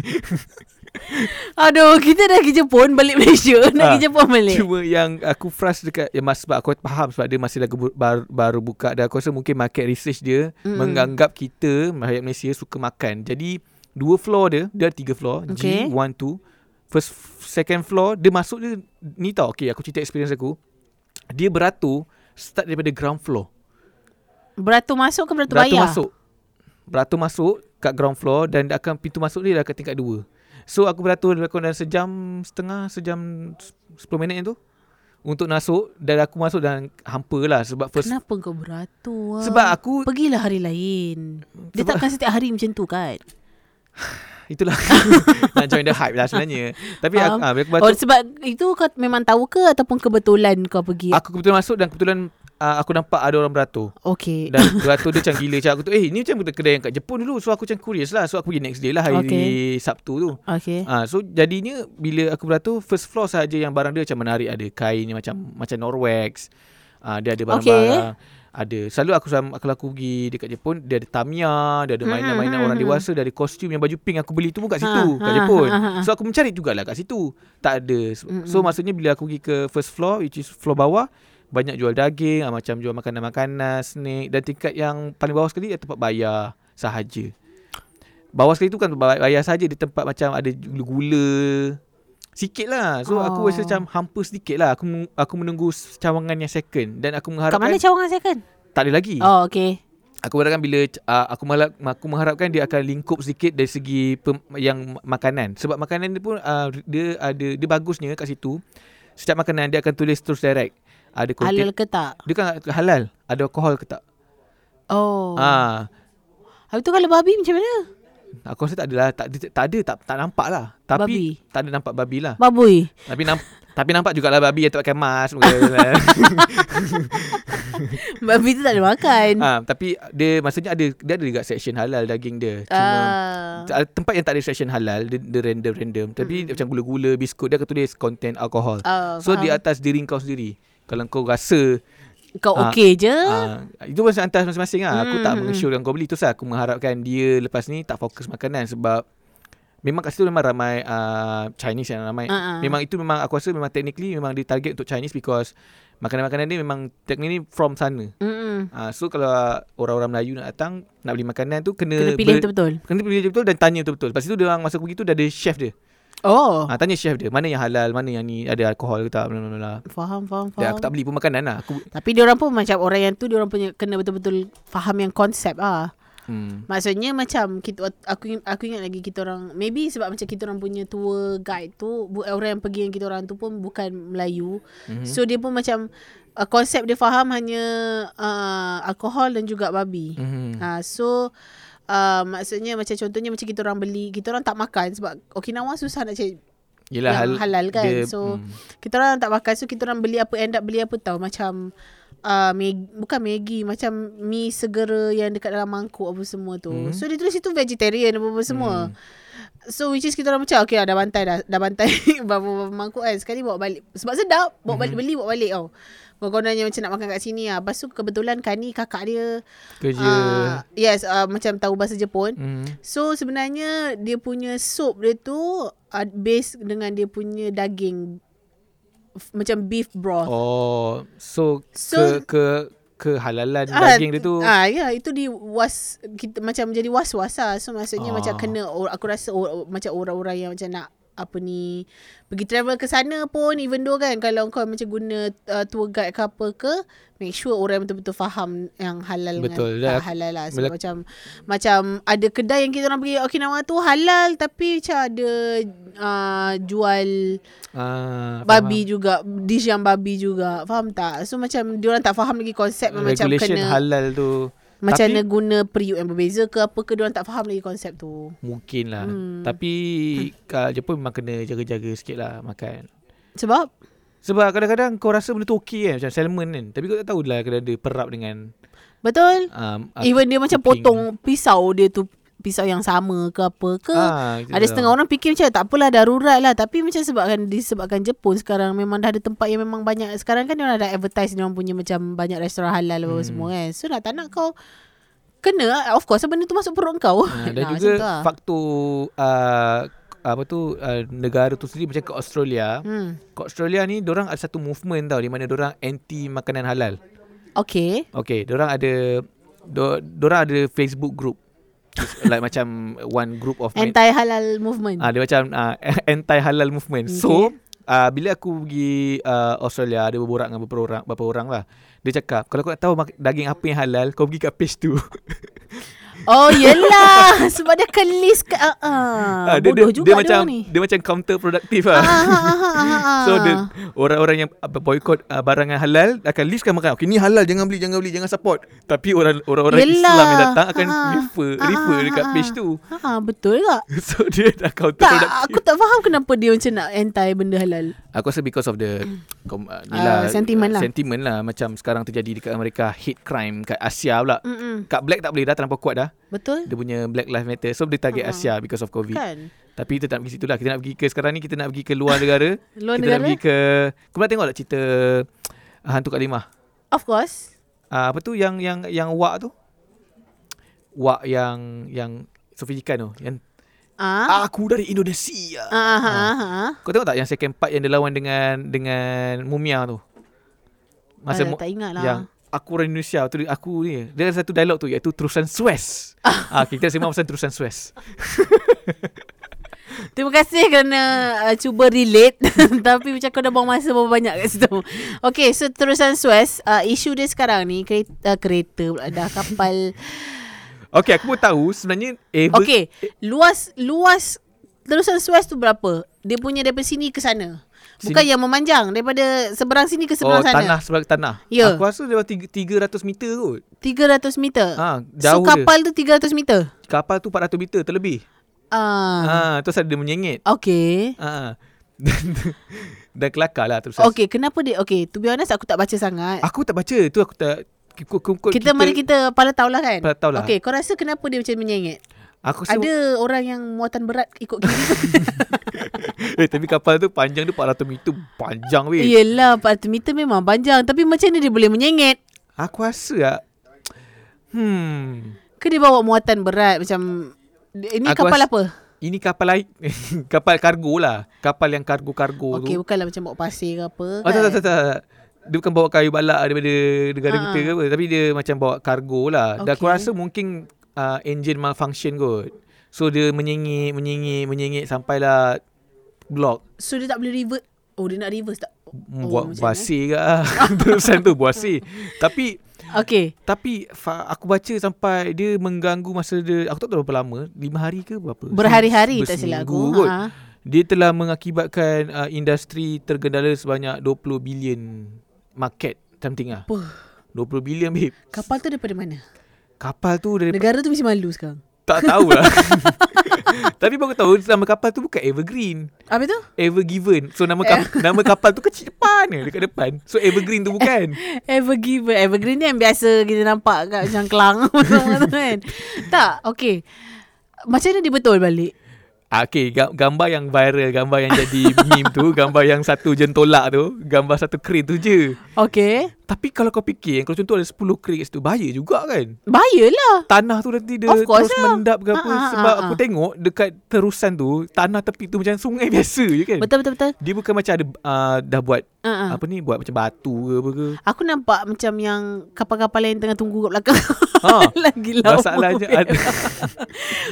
Speaker 2: Aduh, kita dah ke Jepun balik Malaysia. <laughs> Nak
Speaker 1: Ah,
Speaker 2: ke Jepun balik.
Speaker 1: Cuma yang aku frust dekat ya, mas, Sebab aku faham Sebab dia masih lagi bu- baru, baru buka Dan aku rasa mungkin market research dia
Speaker 2: Mm-mm.
Speaker 1: mm. Menganggap kita Rakyat Malaysia suka makan Jadi Dua floor dia Dia ada tiga floor
Speaker 2: Okay.
Speaker 1: G, one, two First, second floor Dia masuk dia Ni tau Okay aku cerita experience aku Dia beratur Start daripada ground floor
Speaker 2: Beratur masuk ke beratur,
Speaker 1: Beratur
Speaker 2: bayar?
Speaker 1: masuk Beratur masuk Kat ground floor Dan akan pintu masuk dia dah kat tingkat 2 So aku beratur Lebih dalam sejam setengah Sejam s- 10 minit tu Untuk masuk Dan aku masuk dan Hampa lah Sebab first
Speaker 2: Kenapa kau beratur? ah?
Speaker 1: Sebab aku
Speaker 2: Pergilah hari lain. Dia
Speaker 1: Sebab-
Speaker 2: takkan setiap hari macam tu kan?
Speaker 1: Itulah <laughs> Nak join the hype lah sebenarnya Tapi aku,
Speaker 2: Faham.
Speaker 1: ha, bila aku
Speaker 2: Oh,
Speaker 1: beratur
Speaker 2: sebab itu kau memang tahu ke ataupun kebetulan kau pergi?
Speaker 1: Aku kebetulan masuk Dan kebetulan uh, Aku nampak ada orang beratur
Speaker 2: okay. <laughs>
Speaker 1: Dan beratur dia macam gila Macam aku tu Eh ni macam kedai yang kat Jepun dulu So aku macam curious lah So aku pergi next day lah Hari
Speaker 2: Okay.
Speaker 1: Sabtu tu
Speaker 2: okay.
Speaker 1: Ah, so jadinya bila aku beratur first floor saja yang barang dia macam menarik ada kain yang macam macam Norwex. Ah, dia ada barang-barang. Ada. Selalu aku sam- kalau aku pergi dekat Jepun dia ada Tamiya, dia ada
Speaker 2: Mm,
Speaker 1: mainan-mainan
Speaker 2: mm,
Speaker 1: orang
Speaker 2: mm.
Speaker 1: dewasa, dia ada kostum yang baju pink aku beli tu pun kat
Speaker 2: Ha,
Speaker 1: situ, kat
Speaker 2: ha,
Speaker 1: Jepun.
Speaker 2: ha, ha.
Speaker 1: So aku mencari jugalah kat situ. Tak ada. So,
Speaker 2: Mm,
Speaker 1: so
Speaker 2: mm.
Speaker 1: maksudnya bila aku pergi ke first floor which is floor bawah banyak jual daging, ah, macam jual makanan-makanan, snack dan tingkat yang paling bawah sekali ada tempat bayar sahaja. Bawah sekali tu kan bayar saja di tempat macam ada gula-gula sikit lah. So oh.
Speaker 2: Oh.
Speaker 1: aku rasa macam hampa sedikit lah. Aku men- aku menunggu cawangan yang second dan aku
Speaker 2: Kat mana
Speaker 1: mengharapkan
Speaker 2: cawangan saya kan?
Speaker 1: tak ada lagi.
Speaker 2: Oh, okay.
Speaker 1: Aku mengharapkan bila uh, aku malak, aku mengharapkan dia akan lingkup sedikit dari segi pem, yang ma- makanan. Sebab makanan dia pun uh, dia ada dia bagusnya kat situ. Setiap makanan dia akan tulis terus direct. Ada konten.
Speaker 2: Halal ke tak?
Speaker 1: Dia kan halal. Ada alkohol ke tak? Oh.
Speaker 2: Oh.
Speaker 1: Ah,
Speaker 2: Habis tu kalau babi macam mana?
Speaker 1: aku rasa tak ada lah. Tak, dia- tak ada tak, tak nampak lah. Tapi babi. tak ada nampak babi lah.
Speaker 2: Babui.
Speaker 1: <laughs> Tapi namp- tapi nampak jugalah babi yang tak pakai mask muka. kan.
Speaker 2: <laughs> Babi tu tak ada makan.
Speaker 1: ha, tapi dia maksudnya ada dia ada juga section halal daging dia. Cuma
Speaker 2: Ah.
Speaker 1: ada tempat yang tak ada section halal dia, dia random random tapi mm. macam gula-gula biskut dia akan tulis content alkohol.
Speaker 2: Ah,
Speaker 1: so di
Speaker 2: faham.
Speaker 1: atas diri kau sendiri. Kalau kau rasa
Speaker 2: Kau
Speaker 1: Ah,
Speaker 2: okey je?
Speaker 1: uh, itu masa atas masing-masing lah. Aku tak
Speaker 2: Mm, mm,
Speaker 1: mengesure yang kau beli tu lah. Aku mengharapkan dia lepas ni tak fokus makanan sebab memang kat situ memang ramai uh, Chinese yang ramai.
Speaker 2: Ah, ah.
Speaker 1: Memang itu memang aku rasa memang technically memang dia target untuk Chinese because makanan-makanan dia memang technically from sana.
Speaker 2: Mm-mm.
Speaker 1: Uh, so kalau orang-orang Melayu nak datang nak beli makanan tu kena
Speaker 2: Kena pilih
Speaker 1: ber-
Speaker 2: betul-betul.
Speaker 1: Kena pilih betul dan tanya betul-betul. Lepas tu dia orang masa aku pergi tu dah ada chef dia.
Speaker 2: Oh.
Speaker 1: Ha, tanya chef dia, mana yang halal, mana yang ni, ada alkohol ke tak, bla bla bla.
Speaker 2: Faham, faham,
Speaker 1: Dan
Speaker 2: faham.
Speaker 1: aku tak beli pun makanan lah. Aku
Speaker 2: Tapi dia orang pun macam orang yang tu dia orang punya kena betul-betul faham yang konsep ah.
Speaker 1: hmm.
Speaker 2: Maksudnya macam kita aku ing- aku ingat lagi kita orang maybe sebab macam kita orang punya tour guide tu bu- orang yang pergi yang kita orang tu pun bukan Melayu.
Speaker 1: Mhm.
Speaker 2: Mm-hmm. So dia pun macam uh, konsep dia faham hanya uh, alkohol dan juga babi. Mm.
Speaker 1: Mhm.
Speaker 2: Uh, so uh, maksudnya macam contohnya macam kita orang beli kita orang tak makan sebab Okinawa susah nak cari
Speaker 1: Yelah,
Speaker 2: yang halal kan.
Speaker 1: dia-
Speaker 2: So,
Speaker 1: hmm.
Speaker 2: Kita orang tak makan So kita orang beli apa End up beli apa tau Macam uh, Mag- Bukan Maggi Macam mi segera Yang dekat dalam mangkuk Apa semua tu hmm.
Speaker 1: Hmm.
Speaker 2: So dia tulis itu vegetarian Apa-apa semua hmm. So which is kita orang macam Okay lah dah bantai dah Dah bantai <laughs> Berapa-berapa mangkuk kan Sekali bawa balik Sebab sedap Bawa balik
Speaker 1: Hmm.
Speaker 2: beli Bawa balik tau Kawan-kawan yang macam nak makan kat sini lah Lepas tu kebetulan Kani kakak dia
Speaker 1: kerja.
Speaker 2: uh, Yes uh, Macam tahu bahasa Jepun
Speaker 1: hmm.
Speaker 2: So sebenarnya dia punya soup dia tu uh, base dengan dia punya daging F- macam beef broth.
Speaker 1: Oh, so, so
Speaker 2: So-
Speaker 1: ke ke kehalalan
Speaker 2: Ah,
Speaker 1: daging dia tu.
Speaker 2: Ah ya yeah, itu di was kita macam jadi was-was lah. So maksudnya
Speaker 1: Ah.
Speaker 2: macam kena or- aku rasa or, or, macam orang-orang yang macam nak apa ni pergi travel ke sana pun even though kan kalau kau macam guna uh, tour guide ke apa ke make sure orang yang betul-betul faham yang halal
Speaker 1: Betul. Dan
Speaker 2: dengan tak halal lah sebab
Speaker 1: bila-
Speaker 2: macam macam ada kedai yang kita orang pergi Okinawa tu halal tapi macam ada uh, jual
Speaker 1: Ah,
Speaker 2: babi juga dish yang babi juga faham tak so macam diorang tak faham lagi konsep
Speaker 1: faham.
Speaker 2: yang macam
Speaker 1: regulation
Speaker 2: kena
Speaker 1: halal tu
Speaker 2: macam
Speaker 1: Tapi-
Speaker 2: mana guna periuk yang berbeza ke apa ke diorang tak faham lagi konsep tu
Speaker 1: mungkin lah.
Speaker 2: Hmm.
Speaker 1: Tapi kat Jepun memang kena jaga-jaga sikit lah makan.
Speaker 2: sebab
Speaker 1: Sebab kadang-kadang kau rasa benda tu okey kan macam salmon kan. Tapi kau tak tahulah kadang dia perap dengan
Speaker 2: Betul.
Speaker 1: um,
Speaker 2: Uh, Even dia macam
Speaker 1: cooking.
Speaker 2: potong pisau dia tu pisau yang sama ke apa ke.
Speaker 1: Ah, kita
Speaker 2: Ada
Speaker 1: tahu.
Speaker 2: setengah orang fikir macam tak apalah darurat lah Tapi macam sebabkan disebabkan Jepun sekarang Memang dah ada tempat yang memang banyak Sekarang kan dia orang dah advertise Dia orang punya macam banyak restoran halal hmm. apa semua kan So nak tak nak kau Kena lah. of course lah benda tu masuk perut kau
Speaker 1: Ha,
Speaker 2: <laughs>
Speaker 1: dan
Speaker 2: Ah,
Speaker 1: juga
Speaker 2: macam tu lah.
Speaker 1: faktor uh, apa tu uh, negara tu sendiri macam ke Australia. Hmm.
Speaker 2: hmm.
Speaker 1: Kat Australia ni orang ada satu movement tau di mana orang anti makanan halal.
Speaker 2: Okay
Speaker 1: Okay, orang ada orang ada Facebook group. It's like <laughs> macam one group of my-
Speaker 2: Anti halal movement
Speaker 1: Ah <laughs> dia macam uh, anti halal movement. Okay. So uh, bila aku pergi uh, Australia ada berborak dengan beberapa orang, beberapa orang lah. Dia cakap kalau kau nak tahu mak- daging apa yang halal, kau pergi kat page tu.
Speaker 2: Oh yelah Sebab dia kelis ke, uh, uh.
Speaker 1: Ah, dia,
Speaker 2: Bodoh
Speaker 1: dia,
Speaker 2: juga
Speaker 1: dia macam
Speaker 2: ni
Speaker 1: dia macam counterproductive
Speaker 2: Ah,
Speaker 1: lah.
Speaker 2: ah, ah, ah, ah, ah.
Speaker 1: So the, orang-orang yang apa, boycott uh, barang yang halal akan listkan makanan. Okay, ni halal jangan beli, jangan beli, jangan support. Tapi orang orang-orang
Speaker 2: Yelah.
Speaker 1: Islam yang datang akan
Speaker 2: Ha.
Speaker 1: refer
Speaker 2: Ha,
Speaker 1: refer
Speaker 2: ha,
Speaker 1: dekat
Speaker 2: ha,
Speaker 1: page tu. <laughs>
Speaker 2: ha, ah, Betul tak
Speaker 1: So dia dah
Speaker 2: Tak,
Speaker 1: counterproductive.
Speaker 2: aku tak faham kenapa dia macam nak anti benda halal.
Speaker 1: Aku rasa because of the kom, uh, ni lah,
Speaker 2: Ah, sentiment lah.
Speaker 1: Sentiment lah Macam sekarang terjadi dekat Amerika Hate crime kat Asia pula
Speaker 2: Mm-mm.
Speaker 1: Kat Black tak boleh dah Terlampau kuat dah
Speaker 2: Betul?
Speaker 1: Dia punya Black Lives Matter So dia target
Speaker 2: Ha-ha.
Speaker 1: Asia Because of COVID
Speaker 2: Kan?
Speaker 1: Tapi kita tak pergi situ lah Kita nak pergi ke sekarang ni Kita nak pergi ke luar negara
Speaker 2: <laughs> Luar
Speaker 1: Kita nak
Speaker 2: negara?
Speaker 1: pergi ke Kau pernah tengok tak cerita ah, Hantu Kat Limah
Speaker 2: Of course.
Speaker 1: Ah, Apa tu yang yang yang wak tu Wak yang yang sofistikan tu Yang
Speaker 2: Ah.
Speaker 1: aku dari Indonesia
Speaker 2: Ah, ah, ah, ah.
Speaker 1: Kau tengok tak yang second part yang dia lawan dengan dengan mumia tu? Masa
Speaker 2: Alah,
Speaker 1: mu-
Speaker 2: tak ingat lah.
Speaker 1: yang aku orang Indonesia tu aku ni. Dia ada satu dialog tu iaitu terusan Suez. <laughs> ah okay, kita sembang pasal terusan Suez.
Speaker 2: Terima kasih kerana uh, cuba relate <laughs> tapi macam kau dah buang masa berapa banyak kat situ. Okay, so terusan Suez, uh, isu dia sekarang ni kereta uh, kereta pula dah
Speaker 1: <laughs>
Speaker 2: kapal.
Speaker 1: Okay, aku pun tahu sebenarnya Ever
Speaker 2: Okay, luas luas terusan Suez tu berapa? Dia punya daripada sini ke sana. Bukan yang memanjang daripada seberang sini ke
Speaker 1: Oh,
Speaker 2: seberang sana.
Speaker 1: tanah sebelah tanah.
Speaker 2: Ya.
Speaker 1: Aku rasa dia orang tiga- 300 meter kot.
Speaker 2: 300 meter.
Speaker 1: Ha,
Speaker 2: so
Speaker 1: jauh so, kapal.
Speaker 2: kapal tu 300 meter.
Speaker 1: dia. Kapal tu 400 meter terlebih.
Speaker 2: Ah.
Speaker 1: Ha, tu pasal dia menyengit.
Speaker 2: Okay.
Speaker 1: Ha. Dan, <laughs> dan kelakar lah terusan.
Speaker 2: Okay, kenapa dia Okay, to be honest aku tak baca sangat.
Speaker 1: Aku tak baca tu aku tak ikut ikut-
Speaker 2: kita, mari kita pada tahu lah kan.
Speaker 1: Pada tahu lah.
Speaker 2: Okay, kau rasa kenapa dia macam menyengit?
Speaker 1: Aku rasa
Speaker 2: Ada orang yang muatan berat
Speaker 1: <laughs>
Speaker 2: ikut kiri.
Speaker 1: Eh tapi kapal tu panjang dia 400 meter Panjang weh yeah.
Speaker 2: Yelah, 400 meter memang panjang. Tapi macam mana dia boleh menyengit?
Speaker 1: Aku rasa lah Hmm
Speaker 2: Ke dia bawa muatan berat macam... Ini
Speaker 1: Aku
Speaker 2: kapal
Speaker 1: rasa-
Speaker 2: apa?
Speaker 1: Ini kapal lain <laughs> Kapal kargo lah Kapal yang kargo-kargo Oh, tu
Speaker 2: Okey, bukanlah macam bawa pasir ke apa
Speaker 1: Oh
Speaker 2: kan?
Speaker 1: tak tak tak, tak. Dia bukan bawa kayu balak daripada negara
Speaker 2: Ha.
Speaker 1: kita ke apa Tapi dia macam bawa kargo lah okay. Dan aku
Speaker 2: Okey.
Speaker 1: rasa mungkin uh, Engine malfunction kot So dia menyengit Menyengit Menyengit Sampailah Block
Speaker 2: So, dia tak boleh reverse. Oh, dia nak reverse tak? Oh,
Speaker 1: Buat
Speaker 2: macam
Speaker 1: buasir ke <laughs> lah Terusan tu
Speaker 2: <laughs>
Speaker 1: buasir Tapi
Speaker 2: Okay.
Speaker 1: Tapi fa- aku baca sampai dia mengganggu masa dia aku tak tahu berapa lama, 5 hari ke berapa?
Speaker 2: Berhari-hari tak silap
Speaker 1: Berseminggu
Speaker 2: aku.
Speaker 1: kot.
Speaker 2: Ha.
Speaker 1: Dia telah mengakibatkan uh, industri tergendala sebanyak 20 bilion market something lah.
Speaker 2: Puh.
Speaker 1: 20 bilion babe.
Speaker 2: Kapal tu daripada mana?
Speaker 1: Kapal tu dari
Speaker 2: Negara tu mesti malu sekarang.
Speaker 1: tak tahu lah. <laughs> Tapi baru tahu nama kapal tu bukan Evergreen,
Speaker 2: Apa tu?
Speaker 1: Ever Given. So nama
Speaker 2: <laughs>
Speaker 1: kap- nama kapal tu kecil depan je, dekat depan. So Evergreen tu bukan.
Speaker 2: Evergreen Evergreen ni yang biasa kita nampak kat macam Kelang <laughs> semua tu kan. Tak, okay. Macam mana dia betul balik?
Speaker 1: Ah, Okay, ga- gambar yang viral, gambar yang jadi
Speaker 2: <laughs>
Speaker 1: meme tu, gambar yang satu jentolak tu, gambar satu crane tu je.
Speaker 2: Okay.
Speaker 1: Tapi kalau kau fikir, kalau contoh ada 10 crane kat situ, bahaya juga kan?
Speaker 2: Bayalah.
Speaker 1: Tanah tu nanti dia
Speaker 2: Of course
Speaker 1: terus
Speaker 2: lah.
Speaker 1: mendap ke apa.
Speaker 2: Ah, ah,
Speaker 1: sebab
Speaker 2: ah,
Speaker 1: aku
Speaker 2: ah.
Speaker 1: tengok dekat terusan tu, tanah tepi tu macam sungai <laughs> biasa je kan?
Speaker 2: Betul betul betul.
Speaker 1: Dia bukan macam ada uh, dah buat
Speaker 2: Uh-uh.
Speaker 1: apa ni, buat macam batu ke apa ke.
Speaker 2: Aku nampak macam yang kapal-kapal lain tengah tunggu kat belakang.
Speaker 1: Ha.
Speaker 2: <laughs> Lagi lama. <laughs>
Speaker 1: Masalahnya ada,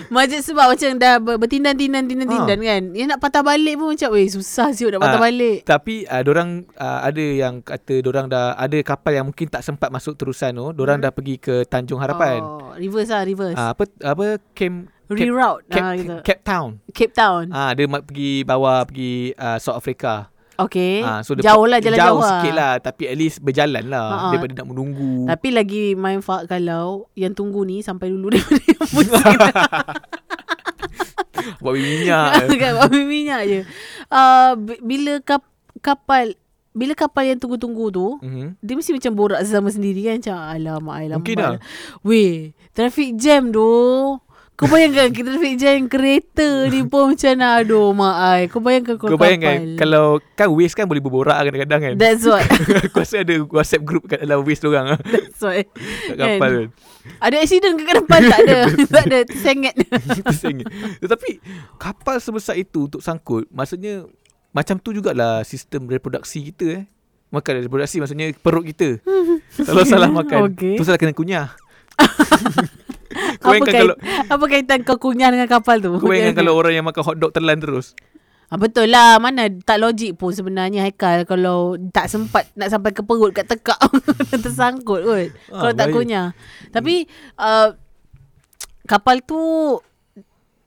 Speaker 2: Macam sebab macam dah ber- bertindan-tindan
Speaker 1: Ha.
Speaker 2: tindan-tindan kan. Dia nak patah balik pun macam weh susah siut nak patah
Speaker 1: Ah.
Speaker 2: balik.
Speaker 1: tapi uh, dorang uh, ada yang kata dorang dah ada kapal yang mungkin tak sempat masuk terusan tu, dorang dah pergi ke Tanjung Harapan.
Speaker 2: Hmm. Oh, reverse lah reverse.
Speaker 1: Ah, apa apa camp Cape,
Speaker 2: Reroute
Speaker 1: Cape,
Speaker 2: ah, gitu. Hmm.
Speaker 1: Cape Town.
Speaker 2: Cape Town.
Speaker 1: Ah dia mak- pergi bawah pergi uh, South Africa.
Speaker 2: Okay.
Speaker 1: Ah dia
Speaker 2: jauh
Speaker 1: pe-
Speaker 2: lah jalan
Speaker 1: jauh
Speaker 2: jauh.
Speaker 1: sikit lah tapi at least berjalan lah
Speaker 2: Ha, ha.
Speaker 1: daripada nak menunggu.
Speaker 2: Tapi lagi main fak kalau yang tunggu ni sampai dulu <laughs> daripada yang pusing.
Speaker 1: Buat minyak. <laughs>
Speaker 2: <laughs> Kan bawa minyak je. Uh, b- bila kap, kapal bila kapal yang tunggu-tunggu tu
Speaker 1: Mm-hmm.
Speaker 2: dia mesti macam borak sama sendiri kan macam alamak alamak
Speaker 1: Mungkin lah.
Speaker 2: weh traffic jam doh kau bayangkan kita traffic jam kereta ni
Speaker 1: <laughs>
Speaker 2: pun macam mana aduh mak ai kau bayangkan kau,
Speaker 1: Kau bayangkan
Speaker 2: kapal.
Speaker 1: kalau kan Waze kan boleh berborak kadang-kadang kan. <laughs>
Speaker 2: that's what <laughs>
Speaker 1: Aku rasa ada WhatsApp group kat dalam Waze orang
Speaker 2: that's what
Speaker 1: kat
Speaker 2: Kan?
Speaker 1: kapal kan.
Speaker 2: ada accident ke kat depan tak ada <laughs> tak ada
Speaker 1: <laughs>
Speaker 2: tersengat
Speaker 1: Tersengit. Tetapi kapal sebesar itu untuk sangkut maksudnya macam tu jugalah sistem reproduksi kita eh. Makan reproduksi maksudnya perut
Speaker 2: <laughs>
Speaker 1: kita. Kalau salah makan, tu
Speaker 2: Okey.
Speaker 1: salah kena
Speaker 2: <laughs>
Speaker 1: kunyah. Kau
Speaker 2: apa,
Speaker 1: bayangkan
Speaker 2: kait,
Speaker 1: kalau
Speaker 2: apa kaitan kau kunyah dengan kapal tu
Speaker 1: kau bayangkan kalau orang yang makan hotdog telan terus.
Speaker 2: Ah, betul lah Mana tak logik pun sebenarnya Haikal Kalau tak sempat Nak sampai ke perut Kat tekak <laughs> Tersangkut kot
Speaker 1: Ah,
Speaker 2: Kalau tak
Speaker 1: baik.
Speaker 2: kunyah Tapi uh, Kapal tu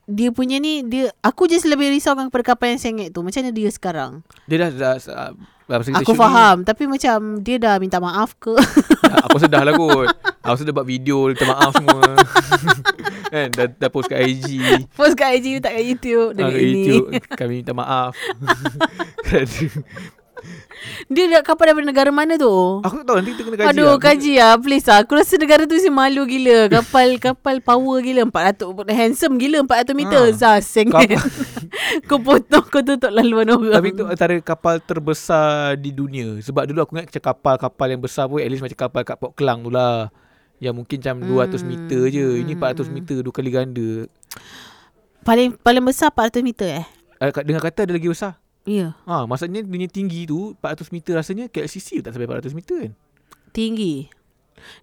Speaker 2: Dia punya ni dia Aku je lebih risaukan Kepada kapal yang sengit tu Macam mana dia sekarang
Speaker 1: Dia dah, dah, dah apa cerita
Speaker 2: Aku
Speaker 1: shoot ni, <laughs>
Speaker 2: faham Tapi macam Dia dah minta maaf ke <laughs>
Speaker 1: dah- Aku sedar lah kot Aku sedar buat video Minta maaf
Speaker 2: <laughs>
Speaker 1: semua kan, dah, dah post kat IG
Speaker 2: Post kat IG Tak kat
Speaker 1: ah,
Speaker 2: YouTube Dekat
Speaker 1: Kat
Speaker 2: ini
Speaker 1: YouTube Kami minta maaf <laughs> Kan?
Speaker 2: <laughs>
Speaker 1: Kerana-
Speaker 2: Dia dah kapal daripada negara mana tu
Speaker 1: Aku tak tahu Nanti kita kena kaji
Speaker 2: Aduh
Speaker 1: lah.
Speaker 2: kaji lah Please lah Aku rasa negara tu mesti
Speaker 1: <laughs>
Speaker 2: malu gila Kapal Kapal power gila 400 Handsome gila 400 meter
Speaker 1: Ha.
Speaker 2: ha. Zah sengit
Speaker 1: Kapal-
Speaker 2: <laughs> Kau potong Kau tutup laluan orang
Speaker 1: Tapi itu antara kapal terbesar di dunia Sebab dulu aku ingat macam kapal-kapal yang besar pun At least macam kapal kat Port Kelang tu lah Yang mungkin macam 200
Speaker 2: Hmm.
Speaker 1: meter je Ini 400 meter dua kali ganda
Speaker 2: Paling paling besar 400 meter eh
Speaker 1: Eh, kat- Dengar kata ada lagi besar
Speaker 2: Ya yeah.
Speaker 1: Ha, maksudnya dunia tinggi tu 400 meter rasanya KLCC tak sampai 400 meter kan
Speaker 2: Tinggi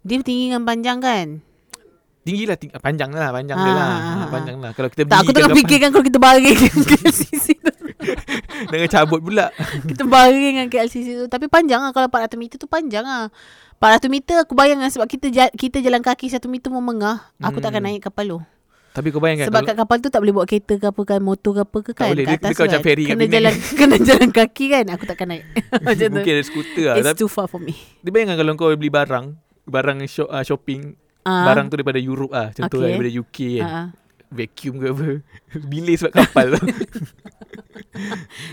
Speaker 2: Dia tinggi dengan panjang kan
Speaker 1: Tinggi lah ting- Panjang lah Panjang dia
Speaker 2: Ah,
Speaker 1: lah
Speaker 2: ah,
Speaker 1: ha,
Speaker 2: ah.
Speaker 1: Panjang lah Kalau kita
Speaker 2: Tak aku
Speaker 1: beli
Speaker 2: tengah
Speaker 1: kan
Speaker 2: fikirkan Kalau kita baring <laughs> dengan KLCC tu
Speaker 1: kapan- <laughs> Dengan cabut pula
Speaker 2: Kita baring dengan KLCC tu Tapi panjang lah Kalau 400 meter tu panjang lah 400 meter aku bayangkan Sebab kita ja- kita jalan kaki 1 meter memengah Aku tak takkan
Speaker 1: Hmm.
Speaker 2: naik kapal lo
Speaker 1: Tapi kau bayangkan
Speaker 2: Sebab
Speaker 1: kalau,
Speaker 2: kat kapal tu tak boleh bawa kereta ke apa kan Motor ke apa ke kan
Speaker 1: boleh.
Speaker 2: kat
Speaker 1: Dia- dia kau macam ferry kat
Speaker 2: kena
Speaker 1: Penang.
Speaker 2: jalan, <laughs> kena jalan kaki kan Aku takkan
Speaker 1: <laughs>
Speaker 2: naik Macam tu
Speaker 1: Mungkin ada skuter lah
Speaker 2: It's
Speaker 1: Tapi
Speaker 2: too far for me
Speaker 1: dia bayangkan kalau kau beli barang Barang shop, uh, shopping
Speaker 2: Ah,
Speaker 1: Barang tu daripada Europe lah Contoh
Speaker 2: Okay.
Speaker 1: okay. daripada UK kan
Speaker 2: ah, ah.
Speaker 1: Vacuum ke apa <laughs> Delay sebab kapal tu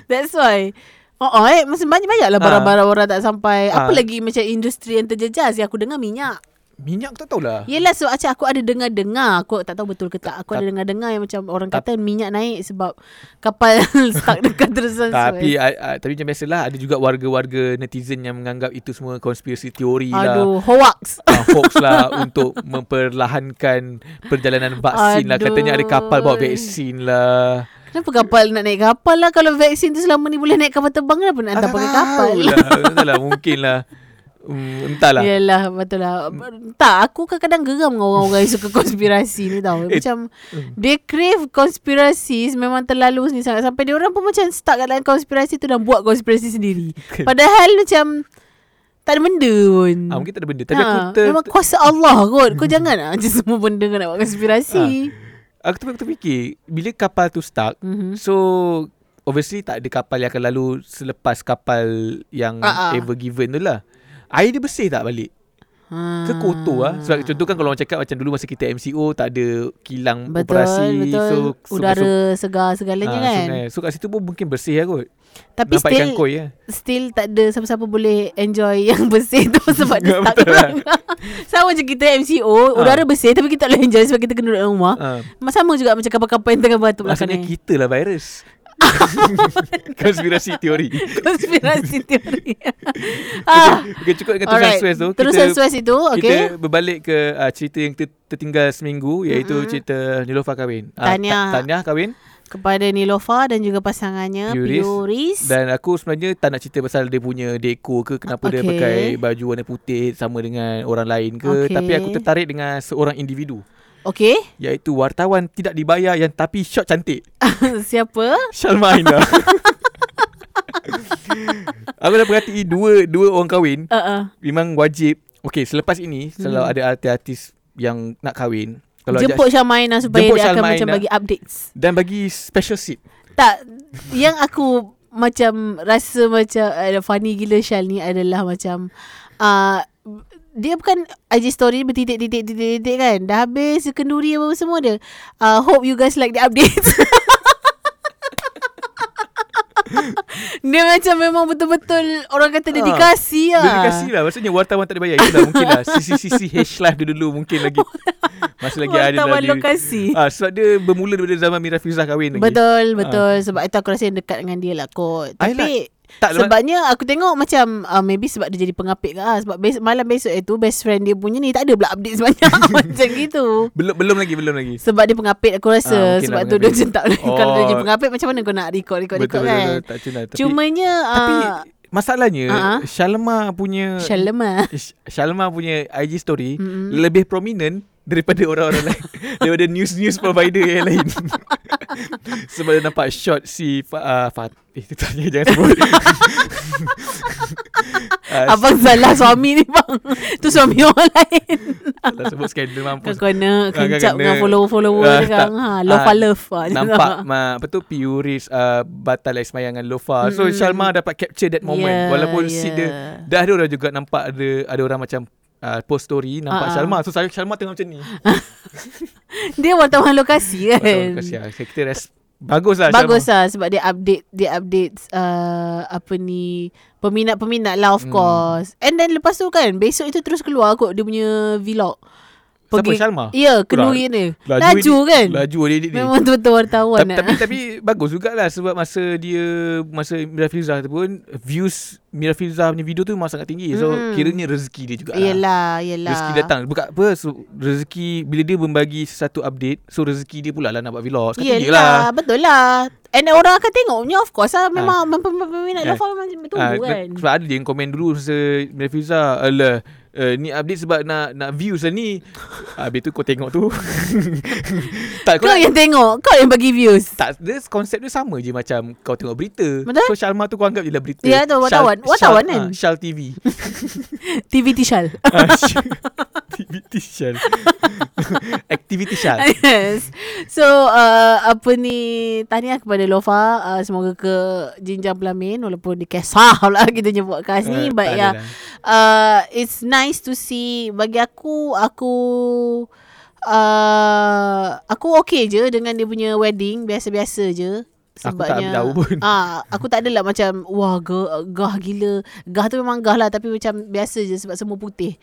Speaker 2: That's why Oh, oh eh Masa banyak-banyak lah
Speaker 1: Ah.
Speaker 2: Barang-barang orang tak sampai Apa
Speaker 1: Ah.
Speaker 2: lagi macam industri yang terjejas Yang aku dengar minyak
Speaker 1: <laughs> Minyak aku tak tahulah
Speaker 2: Yelah so macam aku ada dengar-dengar Aku tak tahu betul ke tak
Speaker 1: Ah. Ta-
Speaker 2: Aku ada dengar-dengar yang macam Orang
Speaker 1: Ta-
Speaker 2: kata minyak naik sebab Kapal <laughs> stuck dekat terusan
Speaker 1: tapi uh, uh, tapi macam biasalah ada juga warga-warga netizen yang menganggap itu semua conspiracy theory lah.
Speaker 2: Aduh hoax
Speaker 1: Uh, hoax lah <laughs> untuk memperlahankan perjalanan vaksin lah. Katanya ada kapal bawa
Speaker 2: Aduh.
Speaker 1: vaksin lah.
Speaker 2: Kenapa kapal nak naik kapal lah Kalau vaksin tu selama ni boleh naik kapal terbang Kenapa nak hantar
Speaker 1: Ah,
Speaker 2: pakai
Speaker 1: tak
Speaker 2: kapal
Speaker 1: tahulah. Entahlah mungkin lah. Hmm, entahlah.
Speaker 2: Yalah betul lah Tak aku kadang-kadang geram dengan orang-orang yang suka <laughs> konspirasi ni tau
Speaker 1: Eh,
Speaker 2: Macam They crave konspirasi Memang terlalu ni sangat Sampai dia orang pun macam stuck kat dalam konspirasi tu Dan buat konspirasi sendiri Padahal macam Tak ada benda pun Ha,
Speaker 1: Ah, mungkin tak ada benda. Tapi aku ter,
Speaker 2: Ya.
Speaker 1: Hmm.
Speaker 2: Memang kuasa Allah kot Kau jangan lah Macam semua benda kau nak buat konspirasi
Speaker 1: aku ter, aku terfikir bila kapal tu stuck,
Speaker 2: Mhm.
Speaker 1: So obviously tak ada kapal yang akan lalu selepas kapal yang
Speaker 2: Ah, ah.
Speaker 1: uh-uh. ever given tu lah. Air dia bersih tak balik?
Speaker 2: Ha.
Speaker 1: Ke kotor lah?
Speaker 2: Ah.
Speaker 1: Sebab contoh kan kalau orang cakap macam dulu masa kita MCO tak ada kilang
Speaker 2: Betul,
Speaker 1: operasi.
Speaker 2: betul.
Speaker 1: So,
Speaker 2: Udara segar segalanya
Speaker 1: ah,
Speaker 2: kan.
Speaker 1: sungai. So kat situ pun mungkin bersih lah kot.
Speaker 2: Tapi
Speaker 1: Nampak
Speaker 2: still
Speaker 1: ikan koi lah.
Speaker 2: still tak ada siapa-siapa boleh enjoy <laughs> yang bersih
Speaker 1: <laughs>
Speaker 2: tu sebab dia tak
Speaker 1: Betul lah.
Speaker 2: <laughs> Sama macam kita MCO, udara bersih tapi kita tak boleh enjoy sebab kita kena duduk dalam rumah.
Speaker 1: Ah.
Speaker 2: Mas Sama juga macam kapal-kapal yang tengah beratur Oh, belakang
Speaker 1: Maksudnya
Speaker 2: ni.
Speaker 1: kita lah virus. Konspirasi teori.
Speaker 2: <laughs>
Speaker 1: <laughs>
Speaker 2: Konspirasi teori. <laughs>
Speaker 1: Ah.
Speaker 2: ah.
Speaker 1: Okay, cukup dengan terusan
Speaker 2: Alright.
Speaker 1: Suez tu.
Speaker 2: Terusan
Speaker 1: kita,
Speaker 2: Suez itu, okay.
Speaker 1: Kita berbalik ke uh, cerita yang ter- tertinggal seminggu iaitu
Speaker 2: Mm-mm.
Speaker 1: mm-hmm. cerita Nilofa kahwin.
Speaker 2: Tahniah.
Speaker 1: ta- tahniah kahwin.
Speaker 2: Kepada Nilofa dan juga pasangannya
Speaker 1: Puris.
Speaker 2: Puris.
Speaker 1: Dan aku sebenarnya tak nak cerita pasal dia punya dekor ke kenapa okay. dia
Speaker 2: Okay.
Speaker 1: pakai baju warna putih sama dengan orang lain ke
Speaker 2: Okay.
Speaker 1: okay. tapi aku tertarik dengan seorang individu
Speaker 2: Okay. <laughs>
Speaker 1: iaitu wartawan tidak dibayar yang tapi shot cantik
Speaker 2: Siapa?
Speaker 1: Shalma Aina. <laughs> aku dah perhatiin dua dua orang kahwin
Speaker 2: Uh-uh.
Speaker 1: memang wajib okay selepas ini hmm. kalau ada artis-artis yang nak kahwin kalau ajak-
Speaker 2: Jemput Syamaina supaya
Speaker 1: Jemput
Speaker 2: dia akan
Speaker 1: Syamah
Speaker 2: macam
Speaker 1: Aina.
Speaker 2: bagi updates.
Speaker 1: dan bagi special seat
Speaker 2: Tak Yang aku Macam Rasa macam uh, Funny gila Syal ni Adalah macam uh, Dia bukan IG story Bertitik-titik-titik kan Dah habis Kenduri apa semua Ah, dia uh, Hope you guys like the updates <laughs> Dia macam memang betul-betul orang kata
Speaker 1: Ha,
Speaker 2: dedikasi lah.
Speaker 1: Dedikasi lah Maksudnya wartawan tak dibayar Itu lah mungkin lah CCCC H Live dia dulu Mungkin lagi
Speaker 2: <laughs>
Speaker 1: Masa lagi ada
Speaker 2: Wartawan
Speaker 1: lagi
Speaker 2: lokasi. <laughs>
Speaker 1: Ah, sebab dia bermula daripada zaman Mira Fizah kahwin lagi Ah.
Speaker 2: Betul, betul. Sebab itu aku rasa yang dekat dengan dia lah kot.
Speaker 1: I
Speaker 2: Tapi
Speaker 1: tak,
Speaker 2: sebabnya aku tengok macam uh, maybe sebab dia jadi pengapit ke ah sebab bes- malam besok itu best friend dia punya ni tak ada pula update
Speaker 1: <laughs>
Speaker 2: sebanyak <laughs> macam gitu.
Speaker 1: Belum belum lagi Belum lagi
Speaker 2: Sebab dia pengapit aku rasa
Speaker 1: Ah, mungkin
Speaker 2: sebab
Speaker 1: lah
Speaker 2: tu dia
Speaker 1: pengapit.
Speaker 2: macam tak <laughs> boleh
Speaker 1: Oh.
Speaker 2: kalau dia jadi pengapit macam mana kau nak record-record record
Speaker 1: Betul-betul
Speaker 2: kan.
Speaker 1: Tak cina Tapi,
Speaker 2: Cumanya
Speaker 1: tapi eh,
Speaker 2: uh,
Speaker 1: Masalahnya
Speaker 2: Ah, ah.
Speaker 1: Shalma punya
Speaker 2: Shalama.
Speaker 1: Sh- Shalma punya IG story
Speaker 2: Mm-mm.
Speaker 1: Lebih prominent Daripada orang-orang
Speaker 2: <laughs>
Speaker 1: lain Daripada news-news provider yang lain <laughs> Sebab dia nampak shot si Fa- ah, Fat Eh tu tak jangan
Speaker 2: <laughs>
Speaker 1: sebut <laughs> Ah, <laughs>
Speaker 2: Abang salah suami ni bang. <laughs> tu suami orang lain.
Speaker 1: <laughs> Tak sebut skandal
Speaker 2: Kau
Speaker 1: mampus Ah,
Speaker 2: kena
Speaker 1: kau
Speaker 2: kencap
Speaker 1: kena-
Speaker 2: dengan follower-follower
Speaker 1: Ah,
Speaker 2: dia kan.
Speaker 1: tak.
Speaker 2: Ha, lofa
Speaker 1: Ah,
Speaker 2: love. Ha, dia
Speaker 1: Nampak ma, apa tu Piuris uh, batal semayangan Lofa So
Speaker 2: Mm-mm.
Speaker 1: Shalma dapat capture that moment
Speaker 2: Hmm. Yeah,
Speaker 1: Walaupun yeah. dia
Speaker 2: yeah.
Speaker 1: Dah ada orang juga nampak ada ada orang macam uh, post story nampak
Speaker 2: Ah, ah.
Speaker 1: Shalma. So saya Shalma tengah
Speaker 2: <laughs>
Speaker 1: macam ni.
Speaker 2: <laughs>
Speaker 1: Oh,
Speaker 2: Dia wartawan lokasi kan.
Speaker 1: Kasih kita res bagus lah
Speaker 2: Bagus
Speaker 1: Shalma.
Speaker 2: lah sebab dia update dia update uh, apa ni peminat-peminat lah of
Speaker 1: Hmm.
Speaker 2: course. And then lepas tu kan besok itu terus keluar kot dia punya vlog.
Speaker 1: Siapa Shalma? Lah,
Speaker 2: Ya, kenduri ni. Laju
Speaker 1: dia-
Speaker 2: kan?
Speaker 1: Laju dia ni.
Speaker 2: Memang eh. betul-betul wartawan
Speaker 1: Tapi, tapi tapi bagus jugalah sebab masa dia masa Mira Filzah tu pun views Mira Filzah punya video tu memang sangat tinggi. So
Speaker 2: Mm.
Speaker 1: kiranya rezeki dia juga. lah.
Speaker 2: Yelah, yelah.
Speaker 1: Rezeki datang Bukan apa so, Rezeki Bila dia membagi Satu update So rezeki dia pula lah Nak buat vlog Sekatnya je lah
Speaker 2: Yelah, betul lah. And then orang akan tengoknya of course lah. Memang ha. peminat
Speaker 1: Ah.
Speaker 2: Lofa memang
Speaker 1: Ah,
Speaker 2: tunggu kan.
Speaker 1: Sebab ada yang komen dulu Masa Mira Filza Alah uh, Ni update sebab nak Nak views lah ni Ah, Habis tu kau tengok tu <laughs> Tak kau
Speaker 2: Kau yang tengok, kau yang bagi views.
Speaker 1: tak, dia konsep dia sama je macam kau tengok berita.
Speaker 2: Betul.
Speaker 1: So Shalma tu kau anggap je lah berita.
Speaker 2: Ya, tu, wartawan.
Speaker 1: Shal-
Speaker 2: Wartawan
Speaker 1: Shal-
Speaker 2: kan?
Speaker 1: ah, Shal TV.
Speaker 2: TVT Shal.
Speaker 1: <laughs> Ah, Shal- <laughs> Activity Shal. <laughs> Activity Shal.
Speaker 2: <laughs> yes. So uh, apa ni tahniah kepada Lofa uh, semoga ke jinjang pelamin walaupun dia <laughs> kisah lah kita punya podcast
Speaker 1: Eh,
Speaker 2: ni but ya,
Speaker 1: tak
Speaker 2: yeah
Speaker 1: adalah.
Speaker 2: uh, it's nice to see bagi aku aku uh, aku okay je dengan dia punya wedding biasa-biasa je
Speaker 1: Aku tak tahu pun.
Speaker 2: Ah, aku tak adalah macam wah gah, gah gila. Gah tu memang gah lah tapi macam biasa je sebab semua putih.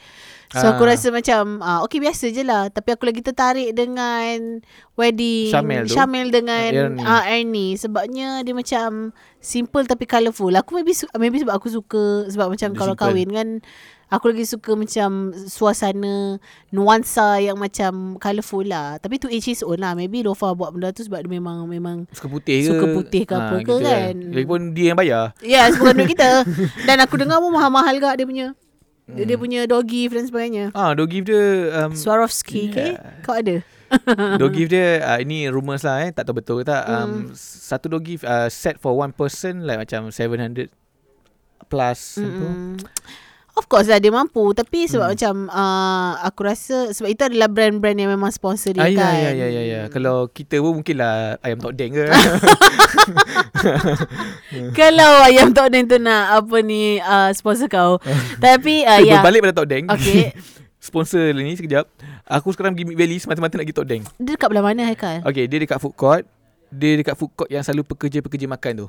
Speaker 2: So aku
Speaker 1: Ah.
Speaker 2: rasa macam ah okay biasa je lah tapi aku lagi tertarik dengan wedding
Speaker 1: Syamel tu.
Speaker 2: Syamel dengan
Speaker 1: Ernie.
Speaker 2: ah Ernie sebabnya dia macam simple tapi colourful. Aku maybe su- maybe sebab aku suka sebab
Speaker 1: Dia
Speaker 2: macam kalau
Speaker 1: simple.
Speaker 2: kahwin kan aku lagi suka macam suasana nuansa yang macam colourful lah. Tapi tu each his own lah. Maybe Lofa buat benda tu sebab dia memang memang
Speaker 1: Suka putih ke Ha,
Speaker 2: Suka putih ke apa ke
Speaker 1: gitu
Speaker 2: kan.
Speaker 1: Lagipun dia yang bayar <laughs>
Speaker 2: Yes, bukan duit ya, kita. Dan aku dengar pun mahal-mahal gak dia punya. Dia,
Speaker 1: Hmm.
Speaker 2: dia punya doggy dan sebagainya.
Speaker 1: Ah, dog give dia um,
Speaker 2: Swarovski yeah. ke? Kau ada?
Speaker 1: dog give dia uh, ini rumours lah eh tak tahu betul ke tak. Um,
Speaker 2: Hmm.
Speaker 1: satu dog give uh, set for one person like macam 700 plus mm
Speaker 2: Mm. Of course lah dia mampu Tapi sebab hmm. macam uh, Aku rasa Sebab itu adalah brand-brand yang memang sponsor dia
Speaker 1: Ah, ya,
Speaker 2: kan
Speaker 1: ya, ya, ya, ya. Kalau kita pun mungkin lah ayam tok deng ke.
Speaker 2: <laughs> Kalau ayam tok deng tu nak Apa ni uh, Sponsor
Speaker 1: <laughs>
Speaker 2: kau Tapi uh, ya
Speaker 1: Berbalik pada tok deng.
Speaker 2: Okay
Speaker 1: <laughs> Sponsor ni sekejap. Aku sekarang pergi Mid Valley semata-mata nak pergi tok deng.
Speaker 2: Dia dekat belah mana Haikal?
Speaker 1: Okay, dia dekat food court. Dia dekat food court yang selalu pekerja-pekerja makan tu.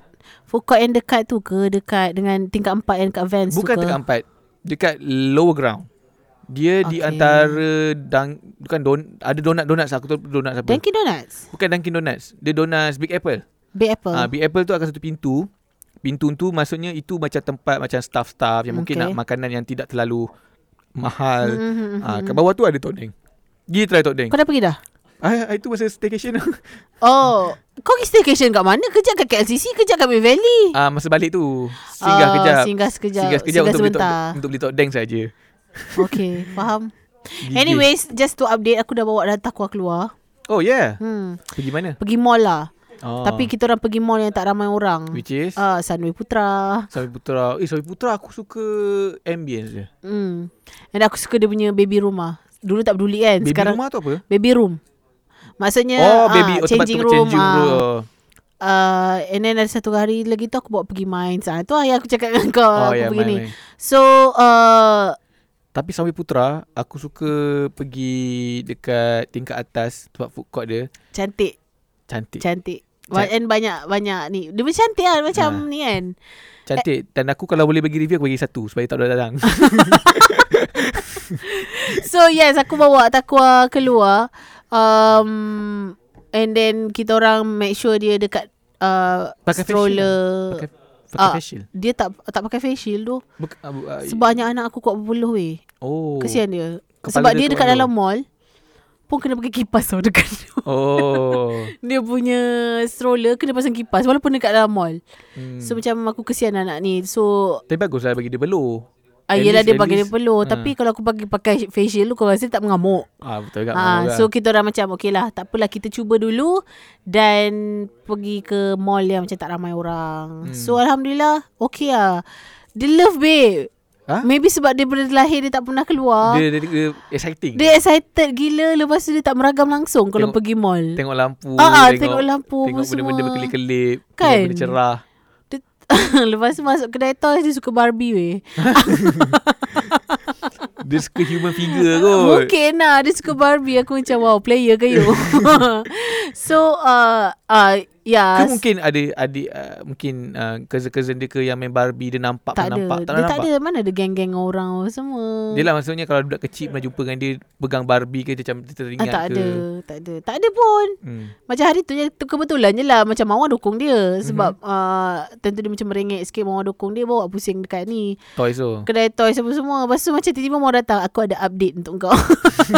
Speaker 2: Food court yang dekat tu ke? Dekat dengan tingkat empat yang dekat Vans
Speaker 1: Bukan
Speaker 2: tu ke?
Speaker 1: dekat empat. Dekat lower ground. Dia okay. di
Speaker 2: Okay.
Speaker 1: antara dang, bukan don, ada donat-donat aku tahu donat apa.
Speaker 2: Dunkin Donuts?
Speaker 1: Bukan Dunkin Donuts. Dia Donuts Big Apple.
Speaker 2: Big Apple?
Speaker 1: Ah, Big Apple tu akan satu pintu. Pintu tu maksudnya itu macam tempat macam staff-staff yang mungkin nak
Speaker 2: Okay.
Speaker 1: makanan yang tidak terlalu mahal.
Speaker 2: Mhm, mhm.
Speaker 1: Ah, kat bawah tu ada Tok Deng. Pergi try Tok Deng.
Speaker 2: Kau dah pergi dah?
Speaker 1: Ah, itu masa staycation.
Speaker 2: <laughs> Oh Kau pergi staycation kat mana? Kejap kat KLCC Kejap kat Mid Valley
Speaker 1: ah, masa balik tu singgah
Speaker 2: Oh,
Speaker 1: kejap.
Speaker 2: Singgah sekejap
Speaker 1: Singgah sekejap untuk beli,
Speaker 2: sebentar
Speaker 1: tok, untuk beli Tok Deng saja.
Speaker 2: Okay faham
Speaker 1: <laughs>
Speaker 2: Anyways, just to update aku dah bawa data aku keluar.
Speaker 1: Oh yeah.
Speaker 2: Hmm,
Speaker 1: Pergi mana?
Speaker 2: pergi mall lah.
Speaker 1: Oh.
Speaker 2: Tapi kita orang pergi mall yang tak ramai orang.
Speaker 1: which is
Speaker 2: Ah, uh, Sunway Putra.
Speaker 1: Sawi Putra. Eh, Sawi Putra aku suka ambience dia.
Speaker 2: Hmm. And aku suka dia punya baby room lah. Dulu tak peduli kan.
Speaker 1: Baby
Speaker 2: Sekarang
Speaker 1: rumah tu apa?
Speaker 2: baby room. Maksudnya
Speaker 1: oh,
Speaker 2: ah,
Speaker 1: baby oh, tempat
Speaker 2: changing
Speaker 1: tu
Speaker 2: room.
Speaker 1: changing
Speaker 2: ah.
Speaker 1: room.
Speaker 2: Ah, and then ada satu hari lagi tu aku bawa pergi main. Ah, tu ayah aku cakap dengan kau.
Speaker 1: Oh,
Speaker 2: ah. aku
Speaker 1: ya,
Speaker 2: pergi
Speaker 1: main,
Speaker 2: ni.
Speaker 1: main.
Speaker 2: So, uh,
Speaker 1: Tapi Sawi Putra, aku suka pergi dekat tingkat atas sebab food court dia
Speaker 2: cantik.
Speaker 1: cantik.
Speaker 2: Cantik. Ba- And banyak Banyak ni Dia macam cantik lah Macam
Speaker 1: Ha.
Speaker 2: ni kan
Speaker 1: Cantik Dan aku kalau boleh bagi review Aku bagi satu Supaya tak
Speaker 2: <laughs>
Speaker 1: datang
Speaker 2: Ah. So yes Aku bawa Takwa keluar um, And then Kita orang make sure dia dekat uh,
Speaker 1: Pakai facial
Speaker 2: Stroller
Speaker 1: Pakai, pakai
Speaker 2: Ah.
Speaker 1: facial
Speaker 2: Dia tak tak pakai facial tu
Speaker 1: Buk- ah, bu- ah,
Speaker 2: Sebab anak anak aku kuat berpeluh weh
Speaker 1: Oh
Speaker 2: Kesian dia
Speaker 1: Kepala
Speaker 2: Sebab
Speaker 1: dia kuat
Speaker 2: dia, dekat
Speaker 1: tu.
Speaker 2: dalam mall Pun kena pakai kipas tau Dekat
Speaker 1: <laughs> Oh
Speaker 2: <laughs> Dia punya stroller Kena pasang kipas Walaupun dekat dalam mall
Speaker 1: hmm.
Speaker 2: So macam aku kesian anak ni So
Speaker 1: Tapi bagus lah bagi dia belur
Speaker 2: ah,
Speaker 1: At
Speaker 2: Yelah
Speaker 1: least-
Speaker 2: dia
Speaker 1: at
Speaker 2: bagi dia
Speaker 1: least.
Speaker 2: peluh
Speaker 1: Ha.
Speaker 2: Tapi kalau aku bagi pakai facial tu Kau rasa dia tak mengamuk
Speaker 1: Ah betul kat
Speaker 2: Ah, so kita orang macam okay lah tak apalah kita cuba dulu dan pergi ke mall yang macam tak ramai orang. Hmm. So alhamdulillah okay lah. Dia love babe.
Speaker 1: Ha?
Speaker 2: Maybe sebab dia lahir dia tak pernah keluar. Dia,
Speaker 1: dia, dia, dia exciting
Speaker 2: dia excited gila lepas tu dia tak meragam langsung kalau
Speaker 1: Tengok-
Speaker 2: pergi mall.
Speaker 1: Tengok lampu
Speaker 2: Ah, ah, tengok lampu apa
Speaker 1: Tengok benda-benda
Speaker 2: semua.
Speaker 1: berkelip-kelip tengok
Speaker 2: Kan?
Speaker 1: Benda cerah
Speaker 2: Dia- <laughs> lepas tu masuk kedai toys dia suka Barbie weh.
Speaker 1: Dia suka human
Speaker 2: <laughs>
Speaker 1: figure kot
Speaker 2: Mungkin lah Dia suka Barbie Aku macam wow Player ke you <laughs> So uh, uh,
Speaker 1: Ke
Speaker 2: Ya
Speaker 1: Kan mungkin ada adik uh, mungkin uh, cousin-cousin dia ke yang main Barbie dia nampak
Speaker 2: tak
Speaker 1: pun nampak tak
Speaker 2: ada. dia
Speaker 1: nampak.
Speaker 2: tak ada mana ada geng-geng orang semua.
Speaker 1: Dia lah maksudnya kalau budak kecil pernah jumpa dengan dia pegang Barbie ke dia macam dia
Speaker 2: Ah,
Speaker 1: teringat
Speaker 2: tak
Speaker 1: ke.
Speaker 2: ada, tak ada. Tak ada pun.
Speaker 1: Hmm.
Speaker 2: Macam hari tu je tu kebetulan je lah macam Mawar dukung dia sebab
Speaker 1: Mhm.
Speaker 2: mm-hmm. uh, tentu dia macam merengek sikit Mawar dukung dia bawa pusing dekat ni.
Speaker 1: Toys tu.
Speaker 2: Kedai toys apa semua. Lepas tu macam tiba-tiba Mawar datang, aku ada update untuk
Speaker 1: <laughs>
Speaker 2: kau.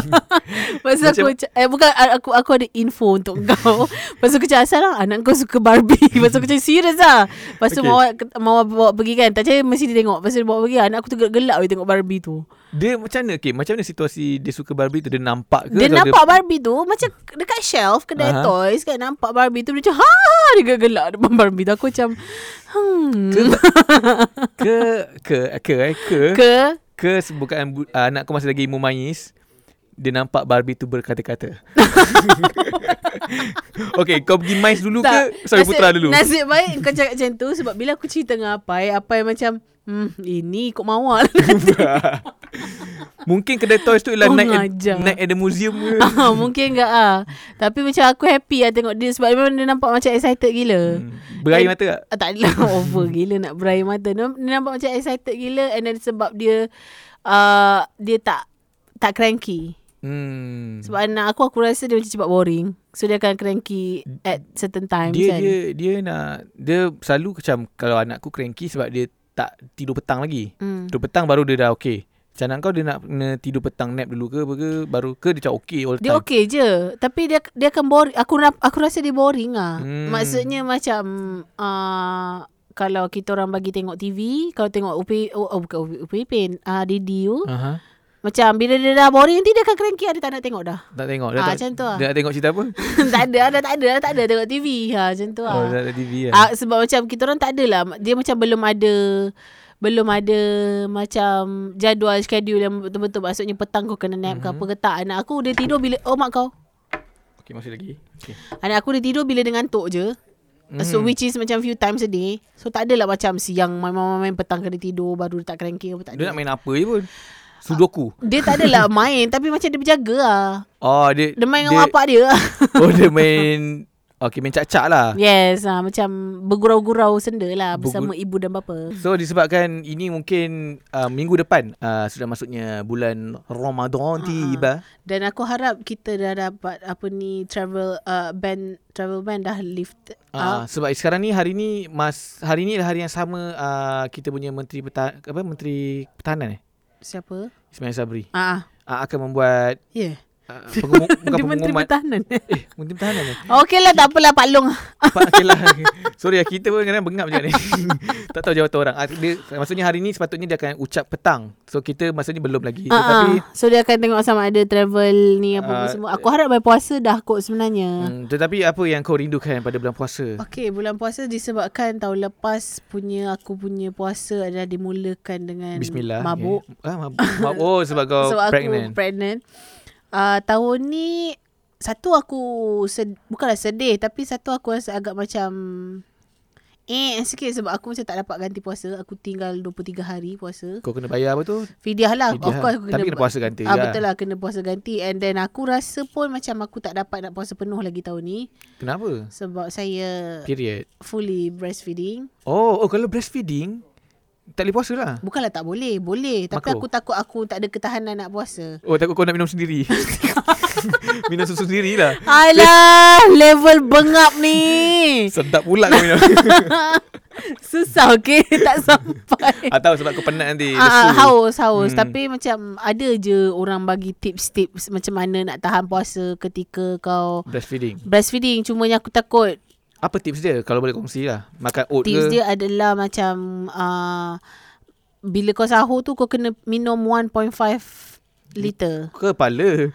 Speaker 2: Lepas tu aku
Speaker 1: Macam-
Speaker 2: macam, eh, bukan a- aku aku ada info untuk
Speaker 1: <laughs>
Speaker 2: kau. Lepas tu aku macam asal lah anak kau suka Barbie. <laughs> Lepas tu aku macam serius lah. Lepas tu
Speaker 1: Okay.
Speaker 2: okay. Mawar Mawar bawa pergi kan. Tak percaya mesti dia tengok. Lepas tu dia bawa pergi anak aku tergelak weh tengok Barbie tu.
Speaker 1: Dia macam mana? Okay, macam mana situasi dia suka Barbie tu dia nampak ke?
Speaker 2: Dia
Speaker 1: atau
Speaker 2: nampak Barbie tu Macam dekat shelf Kedai
Speaker 1: Aha.
Speaker 2: toys kan Nampak Barbie tu Dia macam ha ha," Dia gelak depan Barbie tu Aku macam Hmm
Speaker 1: Ke, ke ke ke eh, ke <laughs> ke,
Speaker 2: Ke
Speaker 1: ke bukan uh, anak kau masih lagi umur manis dia nampak Barbie tu berkata-kata. <laughs> okay, kau pergi mais dulu
Speaker 2: tak,
Speaker 1: ke? Sorry
Speaker 2: nasib-
Speaker 1: Putra dulu.
Speaker 2: Nasib baik kau cakap macam tu Sebab bila aku cerita dengan Apai Apai macam Hmm ini ikut mawar <laughs> lah
Speaker 1: <laughs> Mungkin kedai toys tu ialah
Speaker 2: Oh,
Speaker 1: night at,
Speaker 2: ngajar.
Speaker 1: night at the museum ke.
Speaker 2: Ah, Mungkin enggak ah. Tapi macam aku happy lah tengok dia Sebab memang dia nampak macam excited gila
Speaker 1: Hmm. Berair mata tak?
Speaker 2: Ah, tak adalah <laughs> over gila nak berair mata. Dia, dia nampak macam excited gila and then sebab dia uh, dia tak tak cranky.
Speaker 1: Hmm.
Speaker 2: Sebab anak aku aku rasa dia macam cepat boring. So dia akan cranky at certain times
Speaker 1: dia
Speaker 2: kan.
Speaker 1: dia dia nak dia selalu macam kalau anakku cranky sebab dia tak tidur petang lagi.
Speaker 2: Hmm.
Speaker 1: Tidur petang baru dia dah okey. Macam anak kau dia nak kena tidur petang nap dulu ke apa ke baru ke dia macam okey all the
Speaker 2: Dia
Speaker 1: time.
Speaker 2: okey je Tapi dia dia akan boring Aku rap- aku rasa dia boring lah
Speaker 1: Hmm.
Speaker 2: hmm. Maksudnya macam uh, Kalau kita orang bagi tengok TV Kalau tengok Upi Oh, oh bukan Upi, Upi Pin uh, Didi you
Speaker 1: Aha.
Speaker 2: Macam bila dia dah boring Nanti dia akan cranky Dia tak nak tengok dah <laughs>
Speaker 1: Tak tengok dia
Speaker 2: Ah,
Speaker 1: tak,
Speaker 2: macam tu lah.
Speaker 1: Dia nak tengok cerita apa?
Speaker 2: Tak ada dah tak ada dah tak ada tengok TV ha, Macam tu lah
Speaker 1: Oh, dia ada TV lah.
Speaker 2: Ah, sebab macam kita orang tak adalah dia macam belum ada belum ada macam jadual schedule yang betul-betul maksudnya petang kau kena
Speaker 1: Mhm.
Speaker 2: nap mm-hmm. ke apa ke tak anak aku dia tidur bila oh mak kau
Speaker 1: Okey, masih lagi. Okey.
Speaker 2: anak aku dia tidur bila dia ngantuk je mm-hmm.
Speaker 1: Mhm.
Speaker 2: so which is macam few times a day so tak adalah macam siang main-main petang kena tidur baru dia tak cranky apa tak
Speaker 1: Dia
Speaker 2: ada
Speaker 1: nak main apa je pun. Sudoku.
Speaker 2: dia tak adalah <laughs> main tapi macam dia berjaga lah
Speaker 1: Oh, dia
Speaker 2: dia main dengan bapak dia
Speaker 1: <laughs>
Speaker 2: <laughs>
Speaker 1: Oh, dia main Okey, main cacak lah.
Speaker 2: yes ha, macam bergurau-gurau senda lah bersama
Speaker 1: Bergur-
Speaker 2: ibu dan bapa
Speaker 1: So disebabkan ini mungkin uh, minggu depan uh, sudah masuknya bulan
Speaker 2: Ah,
Speaker 1: Ramadan tiba.
Speaker 2: Dan aku harap kita dah dapat apa ni travel uh, ban travel ban dah lift
Speaker 1: Uh,
Speaker 2: up.
Speaker 1: sebab sekarang ni hari ni mas hari ni adalah hari yang sama uh, kita punya menteri peta apa menteri pertahanan eh
Speaker 2: Siapa?
Speaker 1: Ismail Sabri
Speaker 2: Ah, uh,
Speaker 1: uh, akan membuat
Speaker 2: yeah. <laughs>
Speaker 1: uh, pengumum, bukan
Speaker 2: Dia menteri
Speaker 1: pengumuman
Speaker 2: pertahanan.
Speaker 1: <laughs> eh menteri pertahanan eh?
Speaker 2: Okey lah tak apalah Pak Long.
Speaker 1: Pak <laughs> okay lah. Sorry lah, kita pun kadang bengap je ni. <laughs> tak tahu jawatan orang. Ah, dia, maksudnya hari ni sepatutnya dia akan ucap petang. So kita maksudnya belum lagi.
Speaker 2: Ah,
Speaker 1: Tetapi
Speaker 2: ah. So dia akan tengok sama ada travel ni apa
Speaker 1: Ah,
Speaker 2: uh, semua. Aku harap by puasa dah kot sebenarnya.
Speaker 1: hmm, tetapi apa yang kau rindukan pada bulan puasa?
Speaker 2: Okey, bulan puasa disebabkan tahun lepas punya aku punya puasa adalah dimulakan dengan
Speaker 1: Bismillah.
Speaker 2: mabuk.
Speaker 1: Eh. Ah, mabuk. mabuk. Oh sebab
Speaker 2: <laughs>
Speaker 1: kau
Speaker 2: So
Speaker 1: pregnant.
Speaker 2: aku pregnant uh, Tahun ni Satu aku sed, Bukanlah sedih Tapi satu aku rasa agak macam Eh sikit sebab aku macam tak dapat ganti puasa Aku tinggal 23 hari puasa
Speaker 1: Kau kena bayar apa tu?
Speaker 2: Fidyah lah
Speaker 1: Fidyah.
Speaker 2: Fidyah. Of course aku
Speaker 1: Tapi kena puasa ganti
Speaker 2: ah,
Speaker 1: lah.
Speaker 2: Betul lah kena puasa ganti And then aku rasa pun macam aku tak dapat nak puasa penuh lagi tahun ni
Speaker 1: Kenapa?
Speaker 2: Sebab saya
Speaker 1: Period.
Speaker 2: fully breastfeeding
Speaker 1: Oh, oh kalau breastfeeding tak boleh puasa lah.
Speaker 2: Bukanlah tak boleh Boleh Tapi
Speaker 1: Makruh.
Speaker 2: aku takut aku tak ada ketahanan nak puasa
Speaker 1: Oh, takut kau nak minum sendiri.
Speaker 2: <laughs>
Speaker 1: <laughs> minum susu sendiri lah.
Speaker 2: Alah level bengap
Speaker 1: <laughs>
Speaker 2: ni
Speaker 1: Sedap pula kau
Speaker 2: <laughs>
Speaker 1: minum.
Speaker 2: Susah okay <laughs> Tak sampai
Speaker 1: Atau Ah, sebab kau penat nanti.
Speaker 2: Ah, ah,
Speaker 1: lesu.
Speaker 2: haus
Speaker 1: Hmm.
Speaker 2: haus hmm. tapi macam ada je orang bagi tips-tips macam mana nak tahan puasa ketika kau
Speaker 1: Breastfeeding.
Speaker 2: breastfeeding cuma yang aku takut
Speaker 1: Apa tips dia kalau boleh kongsi lah? Makan oat
Speaker 2: tips
Speaker 1: ke?
Speaker 2: dia adalah macam uh, bila kau sahur tu kau kena minum 1.5 liter
Speaker 1: Kepala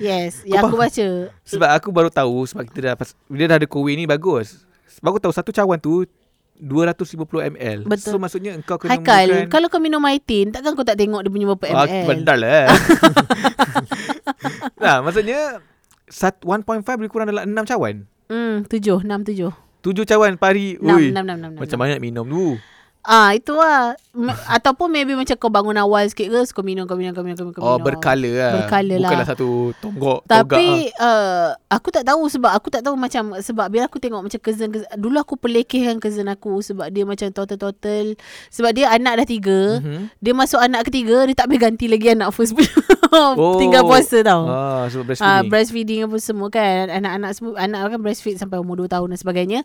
Speaker 2: yes yang aku baca
Speaker 1: Sebab aku baru tahu Sebab kita dah pas- Dia dah ada kuih ni bagus Sebab aku tahu Satu cawan tu 250 ml
Speaker 2: Betul.
Speaker 1: So maksudnya engkau kena
Speaker 2: Haikal
Speaker 1: makan
Speaker 2: kalau kau minum maitin takkan kau tak tengok dia punya berapa
Speaker 1: Ah,
Speaker 2: ml
Speaker 1: Bandar
Speaker 2: <laughs>
Speaker 1: lah eh. Nah maksudnya sat- 1.5 lebih kurang dalam 6 cawan
Speaker 2: hmm 7 6 7
Speaker 1: 7 cawan per hari
Speaker 2: 6
Speaker 1: Ui,
Speaker 2: 6 6 6
Speaker 1: Macam mana nak minum tu
Speaker 2: Ah itu lah Ma- Ataupun maybe macam kau bangun awal sikit ke so Kau minum, kau minum, kau minum, kau minum kau
Speaker 1: Oh
Speaker 2: minum.
Speaker 1: berkala lah
Speaker 2: Berkala lah.
Speaker 1: Bukanlah satu tonggok ah.
Speaker 2: Tapi
Speaker 1: lah.
Speaker 2: uh, aku tak tahu sebab aku tak tahu macam sebab bila aku tengok macam cousin, cousin dulu aku pelekehkan cousin aku sebab dia macam total-total sebab dia anak dah
Speaker 1: lah.
Speaker 2: tiga mm-hmm.
Speaker 1: Mhm.
Speaker 2: dia masuk anak ketiga dia tak boleh ganti lagi anak first <laughs> punya
Speaker 1: Oh.
Speaker 2: oh. tinggal puasa tau.
Speaker 1: Ah, Sebab
Speaker 2: Ah,
Speaker 1: breastfeeding
Speaker 2: breastfeeding apa semua kan Anak-anak semua Anak kan breastfeed Sampai umur 2 tahun dan sebagainya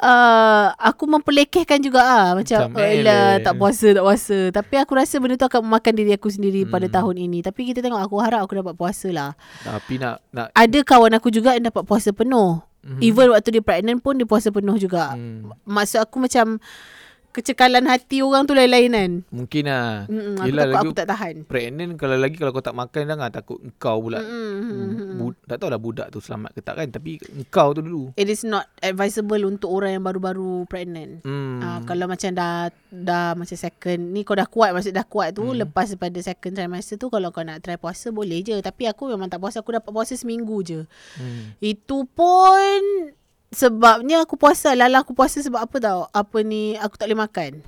Speaker 2: uh, Aku mempelekehkan juga ah Macam
Speaker 1: Macam,
Speaker 2: oh,
Speaker 1: eh,
Speaker 2: elah,
Speaker 1: le."
Speaker 2: Tak puasa Tak puasa Tapi aku rasa benda tu akan memakan diri aku sendiri Pada
Speaker 1: Hmm.
Speaker 2: tahun ini Tapi kita tengok Aku harap aku dapat puasa lah
Speaker 1: Tapi nak nak
Speaker 2: ada kawan aku juga yang dapat puasa penuh.
Speaker 1: Mhm.
Speaker 2: Mm-hmm. Even waktu dia pregnant pun dia puasa penuh juga. Mm.
Speaker 1: hmm,
Speaker 2: Maksud aku macam kecekalan hati orang tu lain-lain kan.
Speaker 1: Mungkin lah
Speaker 2: Mm-mm, aku
Speaker 1: Yelah,
Speaker 2: takut
Speaker 1: lagi-
Speaker 2: aku tak tahan.
Speaker 1: pregnant kalau lagi kalau kau tak makan jangan takut engkau pula Hmm,
Speaker 2: Mm-hmm. Mm-mm.
Speaker 1: Bu- tak tahulah budak tu selamat ke tak kan tapi engkau tu dulu.
Speaker 2: It is not advisable untuk orang yang baru-baru pregnant.
Speaker 1: Hmm.
Speaker 2: Uh, kalau macam dah dah macam second ni kau dah kuat maksud dah kuat tu hmm. lepas daripada second trimester tu kalau kau nak try puasa boleh je tapi aku memang tak puasa aku dapat puasa seminggu je.
Speaker 1: Hmm.
Speaker 2: Itu pun sebabnya aku puasa. Lala aku puasa sebab apa tau? Apa ni aku tak boleh makan.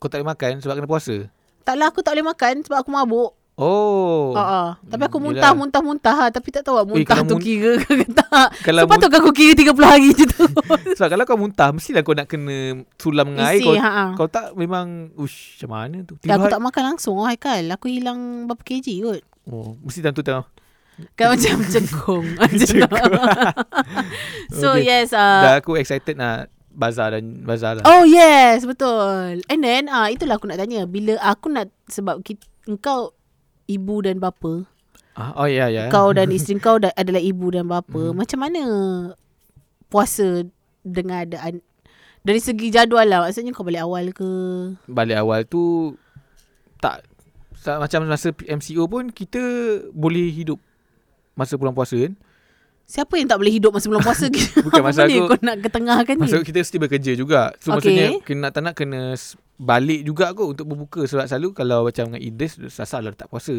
Speaker 1: Kau tak boleh makan sebab kena puasa.
Speaker 2: Taklah aku tak boleh makan sebab aku mabuk.
Speaker 1: Oh.
Speaker 2: Oh. Uh-uh. Tapi aku
Speaker 1: Hmm, yelah.
Speaker 2: muntah, muntah, muntah. Ha. Tapi tak tahu lah muntah
Speaker 1: kalau
Speaker 2: tu
Speaker 1: mun-
Speaker 2: kira ke tak.
Speaker 1: <laughs> Kalau
Speaker 2: Sebab tu aku kira 30 hari je
Speaker 1: <laughs>
Speaker 2: tu.
Speaker 1: sebab kalau kau muntah mestilah kau nak kena sulam dengan air
Speaker 2: Isi,
Speaker 1: kau.
Speaker 2: ha.
Speaker 1: Kau tak memang ush macam mana tu?
Speaker 2: Dan aku
Speaker 1: hari-
Speaker 2: tak makan langsung oh, Haikal. Aku hilang berapa kg kot.
Speaker 1: Oh, mesti dalam tu tengah.
Speaker 2: Kan macam cengkung. <laughs> so
Speaker 1: Okay.
Speaker 2: yes.
Speaker 1: Uh,
Speaker 2: Uh,
Speaker 1: Dah aku excited nak bazar dan bazar lah.
Speaker 2: Oh yes, betul. And then ah itulah aku nak tanya. Bila aku nak sebab kita, engkau ibu dan bapa,
Speaker 1: Ah, oh ya Mhm. ya.
Speaker 2: kau
Speaker 1: <laughs>
Speaker 2: dan isteri kau da- adalah ibu dan bapa. Macam mana puasa dengan ada an- dari segi jadual lah. Maksudnya kau balik awal ke?
Speaker 1: balik awal tu tak sa- macam masa MCO pun kita boleh hidup masa bulan puasa kan.
Speaker 2: Siapa yang tak boleh hidup masa bulan
Speaker 1: <laughs>
Speaker 2: puasa?
Speaker 1: Bukan,
Speaker 2: Apa
Speaker 1: maksud
Speaker 2: ni
Speaker 1: aku-
Speaker 2: kau nak ketengahkan ni.
Speaker 1: Maksud kita mesti bekerja juga. So okay.
Speaker 2: Okey.
Speaker 1: maksudnya kena tak nak kena s- balik juga kot untuk berbuka sebab selalu kalau macam dengan Idris Sasa lah tak puasa.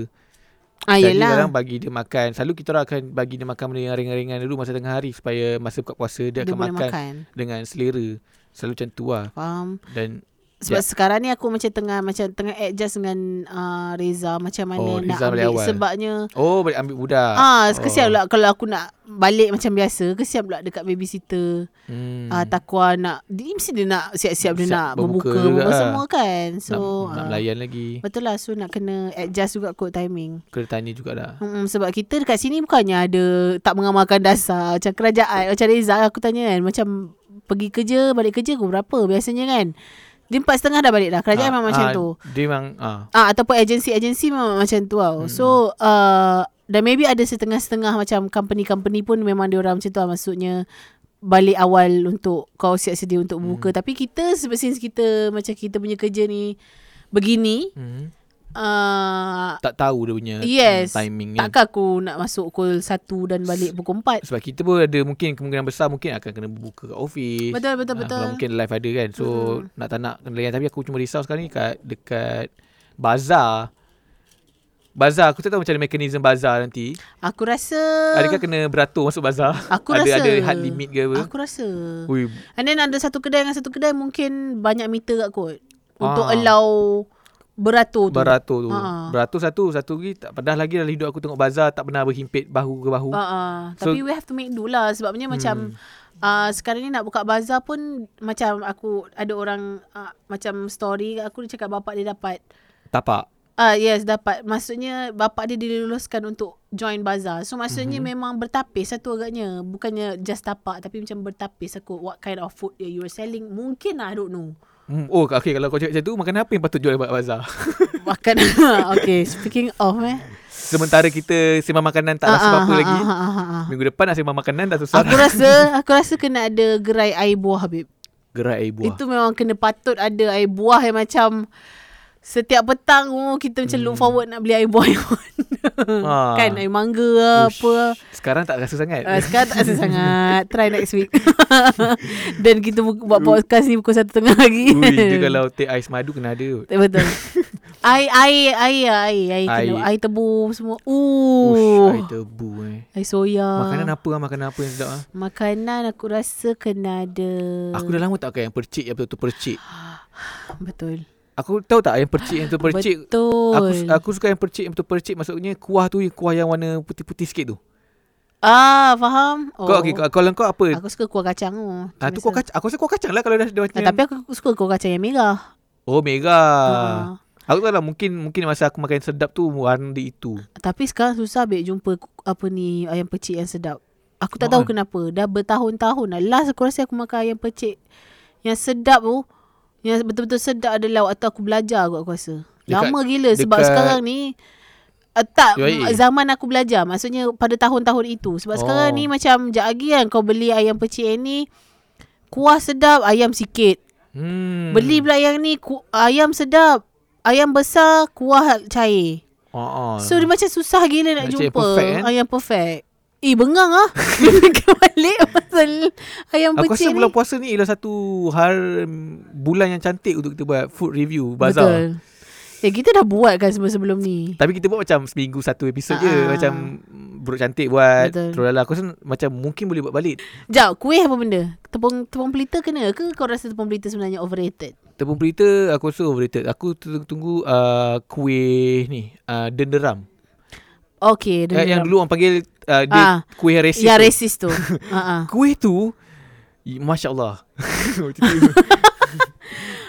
Speaker 2: Ah
Speaker 1: Jadi
Speaker 2: yalah.
Speaker 1: kadang bagi dia makan. Selalu kita orang akan bagi dia makan benda yang ringan-ringan dulu masa tengah hari supaya masa buka puasa dia,
Speaker 2: Dia,
Speaker 1: akan
Speaker 2: boleh
Speaker 1: makan,
Speaker 2: makan.
Speaker 1: makan dengan selera. Selalu macam tu lah.
Speaker 2: Faham?
Speaker 1: Dan
Speaker 2: Sebab yeah. sekarang ni aku macam tengah macam tengah adjust dengan uh, Reza macam mana
Speaker 1: Oh,
Speaker 2: nak
Speaker 1: Reza balik
Speaker 2: ambil
Speaker 1: awal.
Speaker 2: sebabnya
Speaker 1: oh balik ambil budak.
Speaker 2: Ah,
Speaker 1: oh.
Speaker 2: kesian pula kalau aku nak balik macam biasa, kesian pula dekat babysitter.
Speaker 1: Hmm.
Speaker 2: Hmm. Ah, takwa nak dia mesti dia nak siap-siap dia
Speaker 1: Siap
Speaker 2: nak
Speaker 1: berbuka
Speaker 2: berbuka,
Speaker 1: juga
Speaker 2: berbuka
Speaker 1: lah.
Speaker 2: semua kan. So
Speaker 1: nak, nak
Speaker 2: ah,
Speaker 1: melayan lagi.
Speaker 2: Betul lah so nak kena adjust juga kot timing.
Speaker 1: Kena tanya juga lah.
Speaker 2: Hmm, sebab kita dekat sini bukannya ada tak mengamalkan dasar macam kerajaan macam Reza aku tanya kan macam pergi kerja balik kerja pukul berapa biasanya kan. Dia empat setengah dah balik dah Kerajaan
Speaker 1: Ah,
Speaker 2: memang macam
Speaker 1: ah,
Speaker 2: tu
Speaker 1: Dia memang ah,
Speaker 2: Ah ataupun agensi-agensi memang macam tu tau.
Speaker 1: Hmm.
Speaker 2: Hmm. So uh, dan maybe ada setengah-setengah macam company-company pun memang dia orang macam tu lah. maksudnya balik awal untuk kau siap sedia untuk buka.
Speaker 1: Hmm.
Speaker 2: Tapi kita sebab since kita macam kita punya kerja ni begini
Speaker 1: hmm,
Speaker 2: uh,
Speaker 1: tak tahu dia punya
Speaker 2: Yes.
Speaker 1: mm, timing kan.
Speaker 2: takkan aku nak masuk pukul 1 dan balik pukul 4.
Speaker 1: Sebab kita pun ada mungkin kemungkinan besar mungkin akan kena buka kat office.
Speaker 2: Betul betul
Speaker 1: Ah,
Speaker 2: betul.
Speaker 1: Kalau mungkin live ada kan. So
Speaker 2: Mm-mm.
Speaker 1: nak tak nak kena layan tapi aku cuma risau sekarang ni kat dekat bazar. Bazar Aku tak tahu macam mana Mekanism bazar nanti
Speaker 2: Aku rasa
Speaker 1: Adakah kena beratur masuk bazar
Speaker 2: Ah. Aku
Speaker 1: ada,
Speaker 2: rasa
Speaker 1: Ada hard limit ke apa
Speaker 2: Aku rasa
Speaker 1: Ui,
Speaker 2: And then ada satu kedai dengan satu kedai Mungkin banyak meter kat kot Untuk
Speaker 1: Ah.
Speaker 2: allow Beratur tu
Speaker 1: Beratur tu
Speaker 2: Ha.
Speaker 1: Beratur satu Satu lagi tak pernah lagi Dalam hidup aku tengok bazar Tak pernah berhimpit Bahu ke bahu
Speaker 2: Uh-uh.
Speaker 1: So- Hmm.
Speaker 2: Tapi we have to make do lah Sebabnya macam uh, Sekarang ni nak buka bazar pun Macam aku Ada orang uh, Macam story kat Aku dia cakap bapak dia dapat
Speaker 1: Tapak
Speaker 2: Ah uh, yes dapat Maksudnya Bapak dia diluluskan untuk Join bazar So
Speaker 1: Mhm.
Speaker 2: maksudnya mm-hmm. memang bertapis Satu agaknya Bukannya just tapak Tapi macam bertapis aku What kind of food you are selling Mungkin lah I
Speaker 1: <laughs>
Speaker 2: don't know
Speaker 1: hmm. Oh okay Kalau kau cakap macam tu Makan apa yang patut jual Kat bazar
Speaker 2: Makan <laughs> Okay speaking of eh
Speaker 1: <laughs> Sementara kita Sembang makanan Tak rasa
Speaker 2: Ah, ah,
Speaker 1: apa-apa
Speaker 2: ah,
Speaker 1: lagi
Speaker 2: ah, ah, ah, ah.
Speaker 1: Minggu depan nak sembang makanan Dah susah
Speaker 2: Aku rasa Aku rasa kena ada Gerai air buah Habib
Speaker 1: Gerai air buah
Speaker 2: Itu memang kena patut ada air buah yang macam setiap petang oh, kita macam look forward nak beli air buah yang mana.
Speaker 1: Hmm. <laughs> Ah.
Speaker 2: Kan air mangga lah,
Speaker 1: Ush,
Speaker 2: apa.
Speaker 1: Sekarang tak rasa sangat
Speaker 2: Uh, sekarang tak rasa sangat Try next week <laughs> Dan kita bu- buat podcast ni Pukul satu tengah lagi
Speaker 1: <laughs> Ui
Speaker 2: <laughs>
Speaker 1: dia kalau take ais madu Kena ada kot. <laughs>
Speaker 2: Betul Air Air Air Air Air, air.
Speaker 1: Air.
Speaker 2: air tebu semua
Speaker 1: Ush
Speaker 2: Ooh.
Speaker 1: air tebu eh
Speaker 2: Air soya
Speaker 1: Makanan apa lah Makanan apa yang sedap lah
Speaker 2: Makanan aku rasa kena ada
Speaker 1: Aku dah lama tak makan yang percik Yang betul-betul percik
Speaker 2: Betul
Speaker 1: Aku tahu tak yang percik Yang betul percik
Speaker 2: Betul
Speaker 1: Aku, su- aku suka yang percik Yang betul percik Maksudnya kuah tu Kuah yang warna putih-putih sikit tu
Speaker 2: Ah, faham.
Speaker 1: oh. Kau okay, kau- kalau kau apa
Speaker 2: Aku suka kuah kacang tu.
Speaker 1: Ah, tu kuah kacang Aku rasa kuah kacang lah Kalau dah, dah macam
Speaker 2: Ah, tapi aku suka kuah kacang yang merah.
Speaker 1: Oh
Speaker 2: Ah.
Speaker 1: mega Aku tak tahu lah Mungkin, mungkin masa aku makan yang sedap tu Warna dia itu
Speaker 2: Tapi sekarang susah baik jumpa ku- apa ni ayam pecik yang sedap. Aku tak tahu
Speaker 1: Mahal.
Speaker 2: kenapa. Dah bertahun-tahun lah. Last aku rasa aku makan ayam pecik yang sedap tu. Yang betul-betul sedap adalah waktu aku belajar kot aku rasa.
Speaker 1: Dekat-
Speaker 2: Lama gila sebab
Speaker 1: dekat-
Speaker 2: sekarang ni Uh, tak,
Speaker 1: UIA?
Speaker 2: zaman aku belajar Maksudnya pada tahun-tahun itu Sebab oh.
Speaker 1: Oh.
Speaker 2: sekarang ni macam Sekejap lagi kan kau beli ayam pecik yang ni Kuah sedap, ayam sikit
Speaker 1: hmm.
Speaker 2: Beli pula yang ni ku, ayam sedap. Ayam besar, kuah cair.
Speaker 1: oh, oh.
Speaker 2: So dia macam susah gila nak
Speaker 1: Nak cari
Speaker 2: jumpa
Speaker 1: perfect, kan?
Speaker 2: ayam perfect. Eh bengang ah. <laughs> Fikir balik <laughs> pasal ayam
Speaker 1: Aku rasa
Speaker 2: pecik ni.
Speaker 1: bulan puasa ni ialah satu hari bulan yang cantik untuk kita buat food review bazar. Betul.
Speaker 2: Betul. Eh kita dah buat kan sebelum-sebelum ni.
Speaker 1: Tapi kita buat macam seminggu satu episod je
Speaker 2: Ah.
Speaker 1: macam Buruk Cantik buat.
Speaker 2: Betul.
Speaker 1: Betul. Aku rasa macam mungkin boleh buat balik.
Speaker 2: Jap, kuih apa benda? Tepung tepung pelita kena ke kau rasa tepung pelita sebenarnya overrated?
Speaker 1: Tepung berita aku rasa overrated. Aku tunggu, tunggu uh, kuih ni uh, denderam.
Speaker 2: Okay,
Speaker 1: denderam. Eh, Yang dulu orang panggil uh, dia
Speaker 2: Ah.
Speaker 1: kuih yang resis. tu.
Speaker 2: Ya resist
Speaker 1: <laughs>
Speaker 2: tu. Ha ah.
Speaker 1: Kuih tu i- <laughs> Masya-Allah.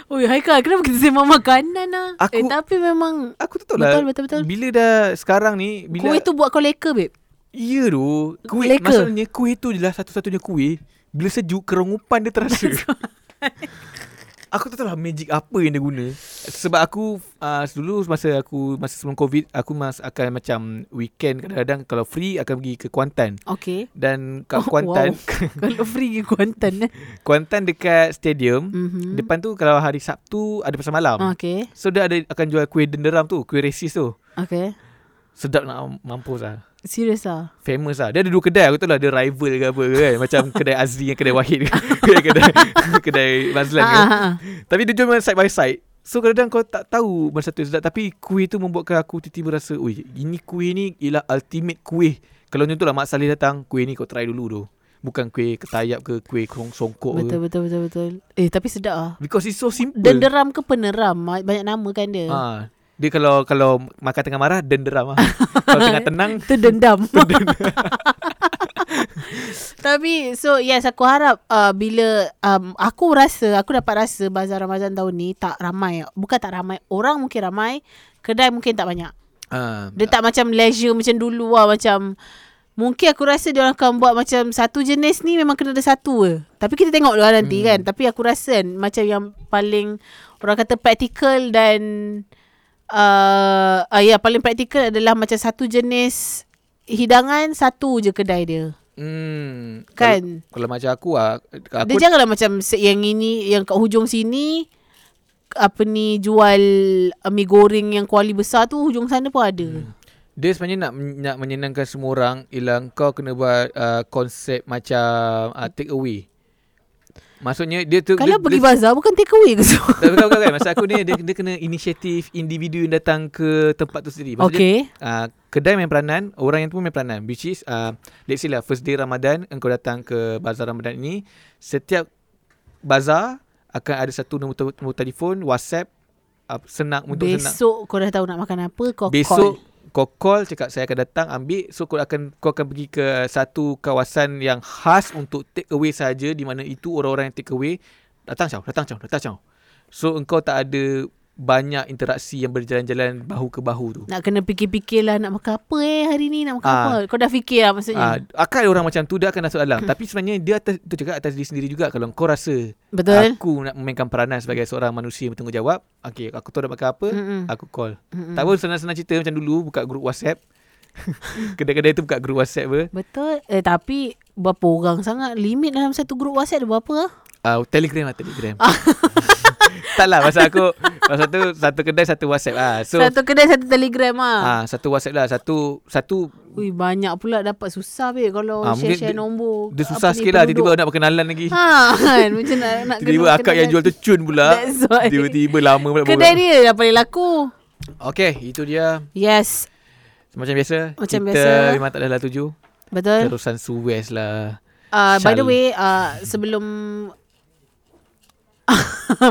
Speaker 2: Oi, Haikal, kenapa kita sembang makanan ah? eh,
Speaker 1: Aku-
Speaker 2: tapi memang
Speaker 1: aku tak tahu lah.
Speaker 2: Betul, betul, betul.
Speaker 1: Bila dah sekarang ni bila
Speaker 2: kuih tu buat kau leka, babe.
Speaker 1: Ya tu kuih,
Speaker 2: Leka.
Speaker 1: Maksudnya kuih tu adalah satu-satunya kuih Bila sejuk kerungupan dia terasa <laughs> Aku tak tahu lah magic apa yang dia guna Sebab aku uh, dulu masa aku masa sebelum covid Aku mas akan macam weekend kadang-kadang kalau free akan pergi ke Kuantan
Speaker 2: Okay.
Speaker 1: Dan kat
Speaker 2: <laughs> Oh,
Speaker 1: Kuantan
Speaker 2: Kalau free ke Kuantan eh.
Speaker 1: Kuantan dekat stadium
Speaker 2: <laughs> Mhm.
Speaker 1: Depan tu kalau hari Sabtu ada pasar malam
Speaker 2: Okay.
Speaker 1: So dia ada akan jual kuih denderam tu Kuih resis tu
Speaker 2: Okay.
Speaker 1: Sedap nak mampus lah
Speaker 2: Serius lah.
Speaker 1: Famous lah Dia ada dua kedai Aku tahu lah dia rival ke apa ke kan <laughs> Macam kedai Azli Dengan kedai Wahid ke. <laughs> Kedai Kedai, kedai Mazlan
Speaker 2: Ah, ya?
Speaker 1: ke Tapi dia jual side by side So kadang-kadang kau tak tahu Mana satu yang sedap Tapi kuih tu membuatkan aku Tiba-tiba rasa Ui ini kuih ni Ialah ultimate kuih Kalau contoh lah Mak Saleh datang Kuih ni kau try dulu tu Bukan kuih ketayap ke Kuih kong- songkok ke
Speaker 2: Betul betul betul betul. Eh tapi sedap ah.
Speaker 1: Because it's so simple
Speaker 2: Denderam ke peneram Ma- banyak nama kan dia. Ha.
Speaker 1: ha, Dia kalau kalau makan tengah marah
Speaker 2: <laughs>
Speaker 1: Denderam lah Kalau tengah tenang
Speaker 2: Itu <laughs> dendam. tapi so yes aku harap uh, bila um, aku rasa aku dapat rasa bazar Ramadan tahun ni tak ramai. Bukan tak ramai, orang mungkin ramai, kedai mungkin tak banyak.
Speaker 1: ha,
Speaker 2: Dia tak macam leisure macam dulu lah macam Mungkin aku rasa dia orang akan buat macam satu jenis ni memang kena ada satu je. Tapi kita tengok lah nanti hmm. kan. Tapi aku rasa kan macam yang paling orang kata practical dan uh, uh, ya paling practical adalah macam satu jenis hidangan satu je kedai dia.
Speaker 1: hmm,
Speaker 2: Kan?
Speaker 1: kalau, kalau macam aku ah, aku
Speaker 2: Dia janganlah macam se- yang ini yang kat hujung sini apa ni jual uh, mi goreng yang kuali besar tu hujung sana pun ada. Hmm.
Speaker 1: Dia sebenarnya nak nak menyenangkan semua orang ialah kau kena buat uh, konsep macam uh, take away. Maksudnya dia tu
Speaker 2: Kalau
Speaker 1: dia, dia,
Speaker 2: pergi bazar bukan take away ke semua?
Speaker 1: tak bukan, bukan, bukan. Maksud aku ni dia, dia kena inisiatif individu yang datang ke tempat tu sendiri. Maksudnya
Speaker 2: Okay.
Speaker 1: uh, kedai main peranan, orang yang tu pun main peranan. Which is, uh, let's say lah, first day Ramadan, engkau datang ke bazar Ramadan ini, setiap bazar akan ada satu nombor, te- nombor telefon, WhatsApp, uh, senang untuk senang.
Speaker 2: Besok kau dah tahu nak makan apa kau
Speaker 1: Besok
Speaker 2: call.
Speaker 1: kau call cakap saya akan datang ambil so kau akan kau akan pergi ke satu kawasan yang khas untuk take away saja di mana itu orang-orang yang take away datang caw datang caw datang caw. So engkau tak ada banyak interaksi yang berjalan-jalan bahu ke bahu tu.
Speaker 2: Nak kena fikir-fikir lah nak makan apa eh hari ni nak makan
Speaker 1: Ah.
Speaker 2: apa. Kau dah fikir lah
Speaker 1: Ah,
Speaker 2: maksudnya.
Speaker 1: akan ada orang macam tu dia akan masuk dalam tapi sebenarnya dia atas tu cakap atas diri sendiri juga kalau kau rasa
Speaker 2: Betul?
Speaker 1: aku nak memainkan peranan sebagai seorang manusia yang bertanggungjawab okey aku tahu nak makan apa
Speaker 2: Mm-mm.
Speaker 1: aku call
Speaker 2: Mm-mm.
Speaker 1: tak apa senang-senang cerita macam dulu buka grup WhatsApp <laughs> kedai-kedai tu buka grup WhatsApp ber
Speaker 2: Betul. Eh tapi berapa orang sangat limit dalam satu grup WhatsApp ada berapa? ah?
Speaker 1: Uh, telegram lah
Speaker 2: <laughs>
Speaker 1: Telegram Tak lah Masa aku Masa tu Satu kedai Satu whatsapp lah So satu,
Speaker 2: satu kedai satu telegram ah.
Speaker 1: uh, satu whatsapp lah Satu Satu
Speaker 2: Ui banyak pula dapat susah babe kalau
Speaker 1: Ah, mungkin
Speaker 2: share-share
Speaker 1: dia-
Speaker 2: nombor.
Speaker 1: Dia
Speaker 2: apa
Speaker 1: susah
Speaker 2: ni,
Speaker 1: sikit lah
Speaker 2: penduduk.
Speaker 1: Tiba-tiba nak berkenalan
Speaker 2: <laughs>
Speaker 1: lagi
Speaker 2: Ha kan macam nak nak
Speaker 1: Tiba-tiba
Speaker 2: kena-
Speaker 1: akak yang
Speaker 2: kena-
Speaker 1: jual tu cun pula
Speaker 2: That's why.
Speaker 1: Tiba-tiba lama pula
Speaker 2: Kedai dia yang paling laku.
Speaker 1: Okay itu dia
Speaker 2: Yes.
Speaker 1: Macam biasa
Speaker 2: Macam
Speaker 1: Kita
Speaker 2: biasa. Eh.
Speaker 1: memang tak adalah tuju
Speaker 2: Betul.
Speaker 1: Terusan Suez lah
Speaker 2: Uh, by the
Speaker 1: Shall-
Speaker 2: way, uh, sebelum <laughs>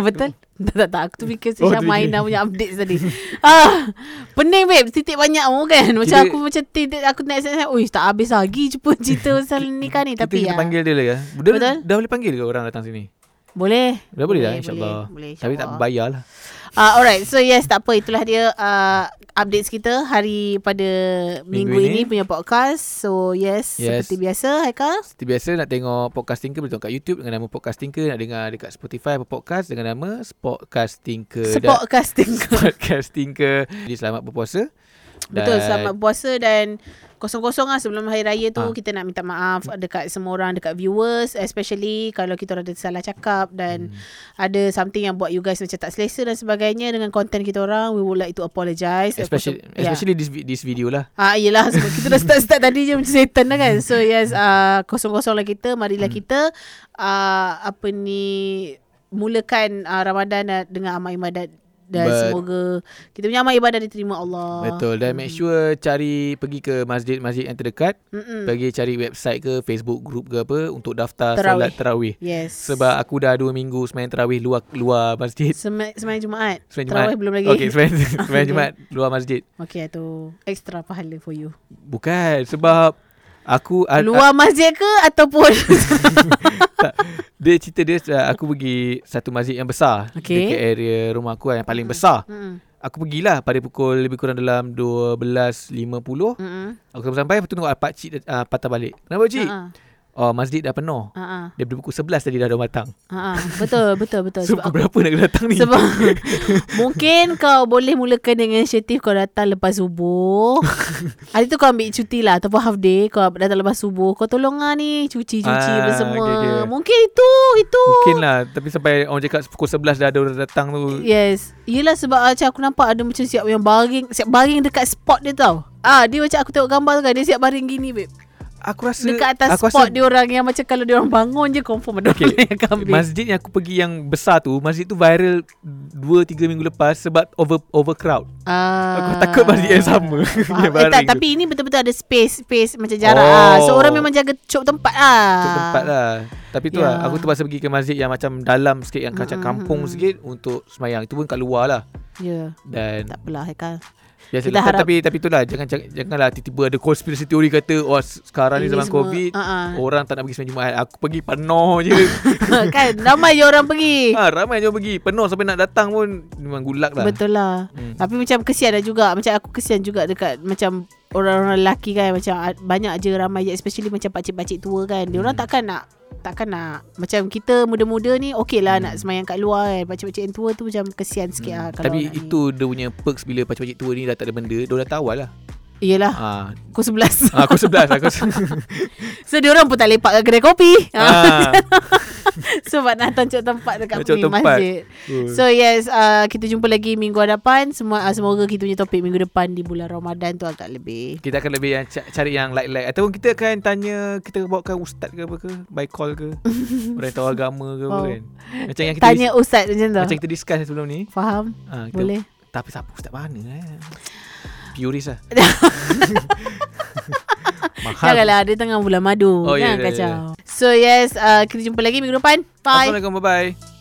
Speaker 2: Betul? Tak, tak, tak. Aku tu fikir
Speaker 1: Oh,
Speaker 2: Syah
Speaker 1: tu
Speaker 2: Maina
Speaker 1: <laughs>
Speaker 2: punya update tadi. ah, pening babe. Titik banyak pun kan. Macam
Speaker 1: Kita-
Speaker 2: aku macam titik aku nak SMS. Ui, tak habis lagi
Speaker 1: <laughs>
Speaker 2: jumpa cerita pasal nikah ni.
Speaker 1: Kita
Speaker 2: Tapi
Speaker 1: kena
Speaker 2: ya,
Speaker 1: panggil dia lah ya Dia
Speaker 2: Betul.
Speaker 1: dah boleh panggil ke orang datang sini?
Speaker 2: boleh.
Speaker 1: Dah boleh, dah insyaAllah
Speaker 2: Boleh,
Speaker 1: Tapi tak bayar lah
Speaker 2: Uh, alright, so yes, tak apa. Itulah dia uh, updates kita hari pada minggu,
Speaker 1: Minggu
Speaker 2: ini.
Speaker 1: ini.
Speaker 2: punya podcast. So yes,
Speaker 1: Yes.
Speaker 2: seperti biasa Haikal.
Speaker 1: Seperti biasa nak tengok podcasting ke boleh tengok kat YouTube dengan nama podcasting ke nak dengar dekat Spotify apa podcast dengan nama podcasting ke dan <laughs>
Speaker 2: Sepodcasting.
Speaker 1: podcasting ke. Jadi selamat berpuasa.
Speaker 2: Betul,
Speaker 1: Dan
Speaker 2: selamat puasa dan kosong-kosong lah sebelum Hari Raya tu
Speaker 1: Ah.
Speaker 2: kita nak minta maaf dekat semua orang, dekat viewers especially kalau kita orang ada salah cakap dan
Speaker 1: Hmm.
Speaker 2: ada something yang buat you guys macam tak selesa dan sebagainya dengan konten kita orang, we would like to apologise.
Speaker 1: especially
Speaker 2: Yeah.
Speaker 1: especially this vi- this video lah.
Speaker 2: Ah yelah sebab kita dah start-start tadi je macam setan dah kan. So
Speaker 1: Hmm.
Speaker 2: yes uh, kosong-kosong lah kita, marilah kita uh, apa ni mulakan uh, Ramadan uh, dengan amal ibadat dan
Speaker 1: But-
Speaker 2: semoga kita punya amal ibadat diterima Allah.
Speaker 1: Betul dan make sure cari pergi ke masjid-masjid yang terdekat,
Speaker 2: Mm-mm.
Speaker 1: pergi cari website ke Facebook group ke apa untuk daftar
Speaker 2: Tarawih.
Speaker 1: solat tarawih.
Speaker 2: Yes.
Speaker 1: Sebab aku dah dua minggu semain tarawih luar luar masjid.
Speaker 2: Sema- Semayang Jumaat
Speaker 1: Semain
Speaker 2: Tarawih
Speaker 1: Jumaat.
Speaker 2: belum lagi
Speaker 1: Okey, semain <laughs> semain
Speaker 2: Okay.
Speaker 1: Jumaat luar masjid.
Speaker 2: Okay itu Extra pahala for you
Speaker 1: Bukan sebab aku
Speaker 2: Luar masjid ke
Speaker 1: <laughs>
Speaker 2: Ataupun
Speaker 1: tak. Dia cerita dia uh, aku pergi satu masjid yang besar
Speaker 2: Okay.
Speaker 1: dekat area rumah aku kan, yang
Speaker 2: Hmm.
Speaker 1: paling besar.
Speaker 2: Mm-mm.
Speaker 1: Aku pergilah pada pukul lebih kurang dalam 12.50.
Speaker 2: Mm-mm.
Speaker 1: Aku sampai aku tengok ah, pak cik uh, patah balik. Kenapa pak cik?
Speaker 2: Ha-ha.
Speaker 1: Oh, masjid dah penuh.
Speaker 2: Ha-ha.
Speaker 1: Daripada pukul 11 tadi dah ada orang datang.
Speaker 2: Ha-ha. Betul Betul betul
Speaker 1: So, pukul
Speaker 2: Sebab
Speaker 1: berapa nak kena datang ni?
Speaker 2: sebab
Speaker 1: <laughs>
Speaker 2: mungkin kau boleh mulakan dengan inisiatif kau datang
Speaker 1: <laughs>
Speaker 2: lepas subuh. Hari tu kau ambil cuti lah ataupun half day kau datang lepas subuh. Kau tolong lah ni cuci-cuci
Speaker 1: Ah,
Speaker 2: apa semua.
Speaker 1: okay, okay.
Speaker 2: Mungkin itu itu.
Speaker 1: Mungkin lah. Tapi sampai orang cakap pukul 11 dah ada orang datang tu.
Speaker 2: Yes Yelah sebab macam aku nampak Ada macam siap yang baring Siap baring dekat spot dia tau Ah Dia macam aku tengok gambar tu kan Dia siap baring gini babe
Speaker 1: Aku rasa...
Speaker 2: Dekat atas
Speaker 1: aku
Speaker 2: spot dia orang Yang macam kalau dia orang bangun je Confirm ada
Speaker 1: Okay.
Speaker 2: okay. orang yang akan ambil
Speaker 1: Masjid yang aku pergi yang besar tu Masjid tu viral 2-3 minggu lepas Sebab over overcrowd
Speaker 2: ah.
Speaker 1: Aku takut masjid yang sama <laughs>
Speaker 2: Faham.
Speaker 1: Yang
Speaker 2: eh, tak,
Speaker 1: baring tu.
Speaker 2: tapi ini betul-betul ada space space macam jarak ah. So
Speaker 1: Oh.
Speaker 2: orang memang jaga cop tempat ah.
Speaker 1: Macam tempat lah Tapi tu
Speaker 2: Ya.
Speaker 1: lah Aku terpaksa pergi ke masjid Yang macam dalam sikit Yang macam kampung sikit Untuk semayang Itu pun kat luar lah
Speaker 2: Ya, yeah.
Speaker 1: Dan
Speaker 2: tak apalah Haikal.
Speaker 1: biasa
Speaker 2: kita
Speaker 1: lah.
Speaker 2: harap-
Speaker 1: Tapi tapi itulah Jangan jangan- janganlah Tiba-tiba ada conspiracy theory Kata Oh s- sekarang ni
Speaker 2: Ini
Speaker 1: zaman
Speaker 2: semua,
Speaker 1: covid Oh.
Speaker 2: ah, ah.
Speaker 1: Orang tak nak pergi semalam Jumaat Aku pergi penuh je
Speaker 2: <laughs> kan ramai je orang pergi.
Speaker 1: ha, Ramai je pergi Penuh sampai nak datang pun Memang gulak lah
Speaker 2: Betul lah hmm.
Speaker 1: Hmm.
Speaker 2: Tapi macam kesian lah juga Macam aku kesian juga dekat Macam orang-orang lelaki kan Macam a- banyak je ramai je Especially macam pakcik-pakcik tua kan Dia orang
Speaker 1: Hmm.
Speaker 2: takkan nak Takkan nak Macam kita muda-muda ni Okey lah nak semayang kat luar kan Pakcik-pakcik yang tua tu macam kesian sikit lah kalau
Speaker 1: Hmm. Tapi
Speaker 2: nak
Speaker 1: itu dia punya perks Bila pakcik-pakcik tua ni Dah tak ada benda Dia dah tawal lah
Speaker 2: ni. Yelah
Speaker 1: ha.
Speaker 2: Aku <laughs> sebelas
Speaker 1: ha, lah, Aku sebelas Aku se- <laughs> Ah.
Speaker 2: So dia orang pun tak lepak kat kedai kopi ha.
Speaker 1: ha.
Speaker 2: Sebab nak tunjuk tempat dekat
Speaker 1: Tunjuk
Speaker 2: punya
Speaker 1: tempat.
Speaker 2: masjid.
Speaker 1: Oh.
Speaker 2: So yes, uh, kita jumpa lagi minggu hadapan. Semua uh, semoga kita punya topik minggu depan di bulan Ramadan tu agak lebih.
Speaker 1: Kita akan lebih yang ca- cari yang light-light Ataupun kita akan tanya Kita bawakan ustaz ke apa ke By call
Speaker 2: <laughs>
Speaker 1: ke Orang yang tahu agama ke apa
Speaker 2: Wow.
Speaker 1: kan Macam yang kita
Speaker 2: Oh. Tanya ustaz macam tu.
Speaker 1: Macam kita discuss sebelum ni
Speaker 2: Faham?
Speaker 1: ha, kita,
Speaker 2: Boleh.
Speaker 1: Tapi siapa ustaz mana
Speaker 2: <laughs>
Speaker 1: eh? Puris lah <laughs> Mahal
Speaker 2: Janganlah, dia tengah bulan madu.
Speaker 1: Oh,
Speaker 2: Oh,
Speaker 1: ya,
Speaker 2: Jangan
Speaker 1: ya,
Speaker 2: kacau. So yes, uh, kita jumpa lagi minggu depan. Bye.
Speaker 1: Assalamualaikum bye-bye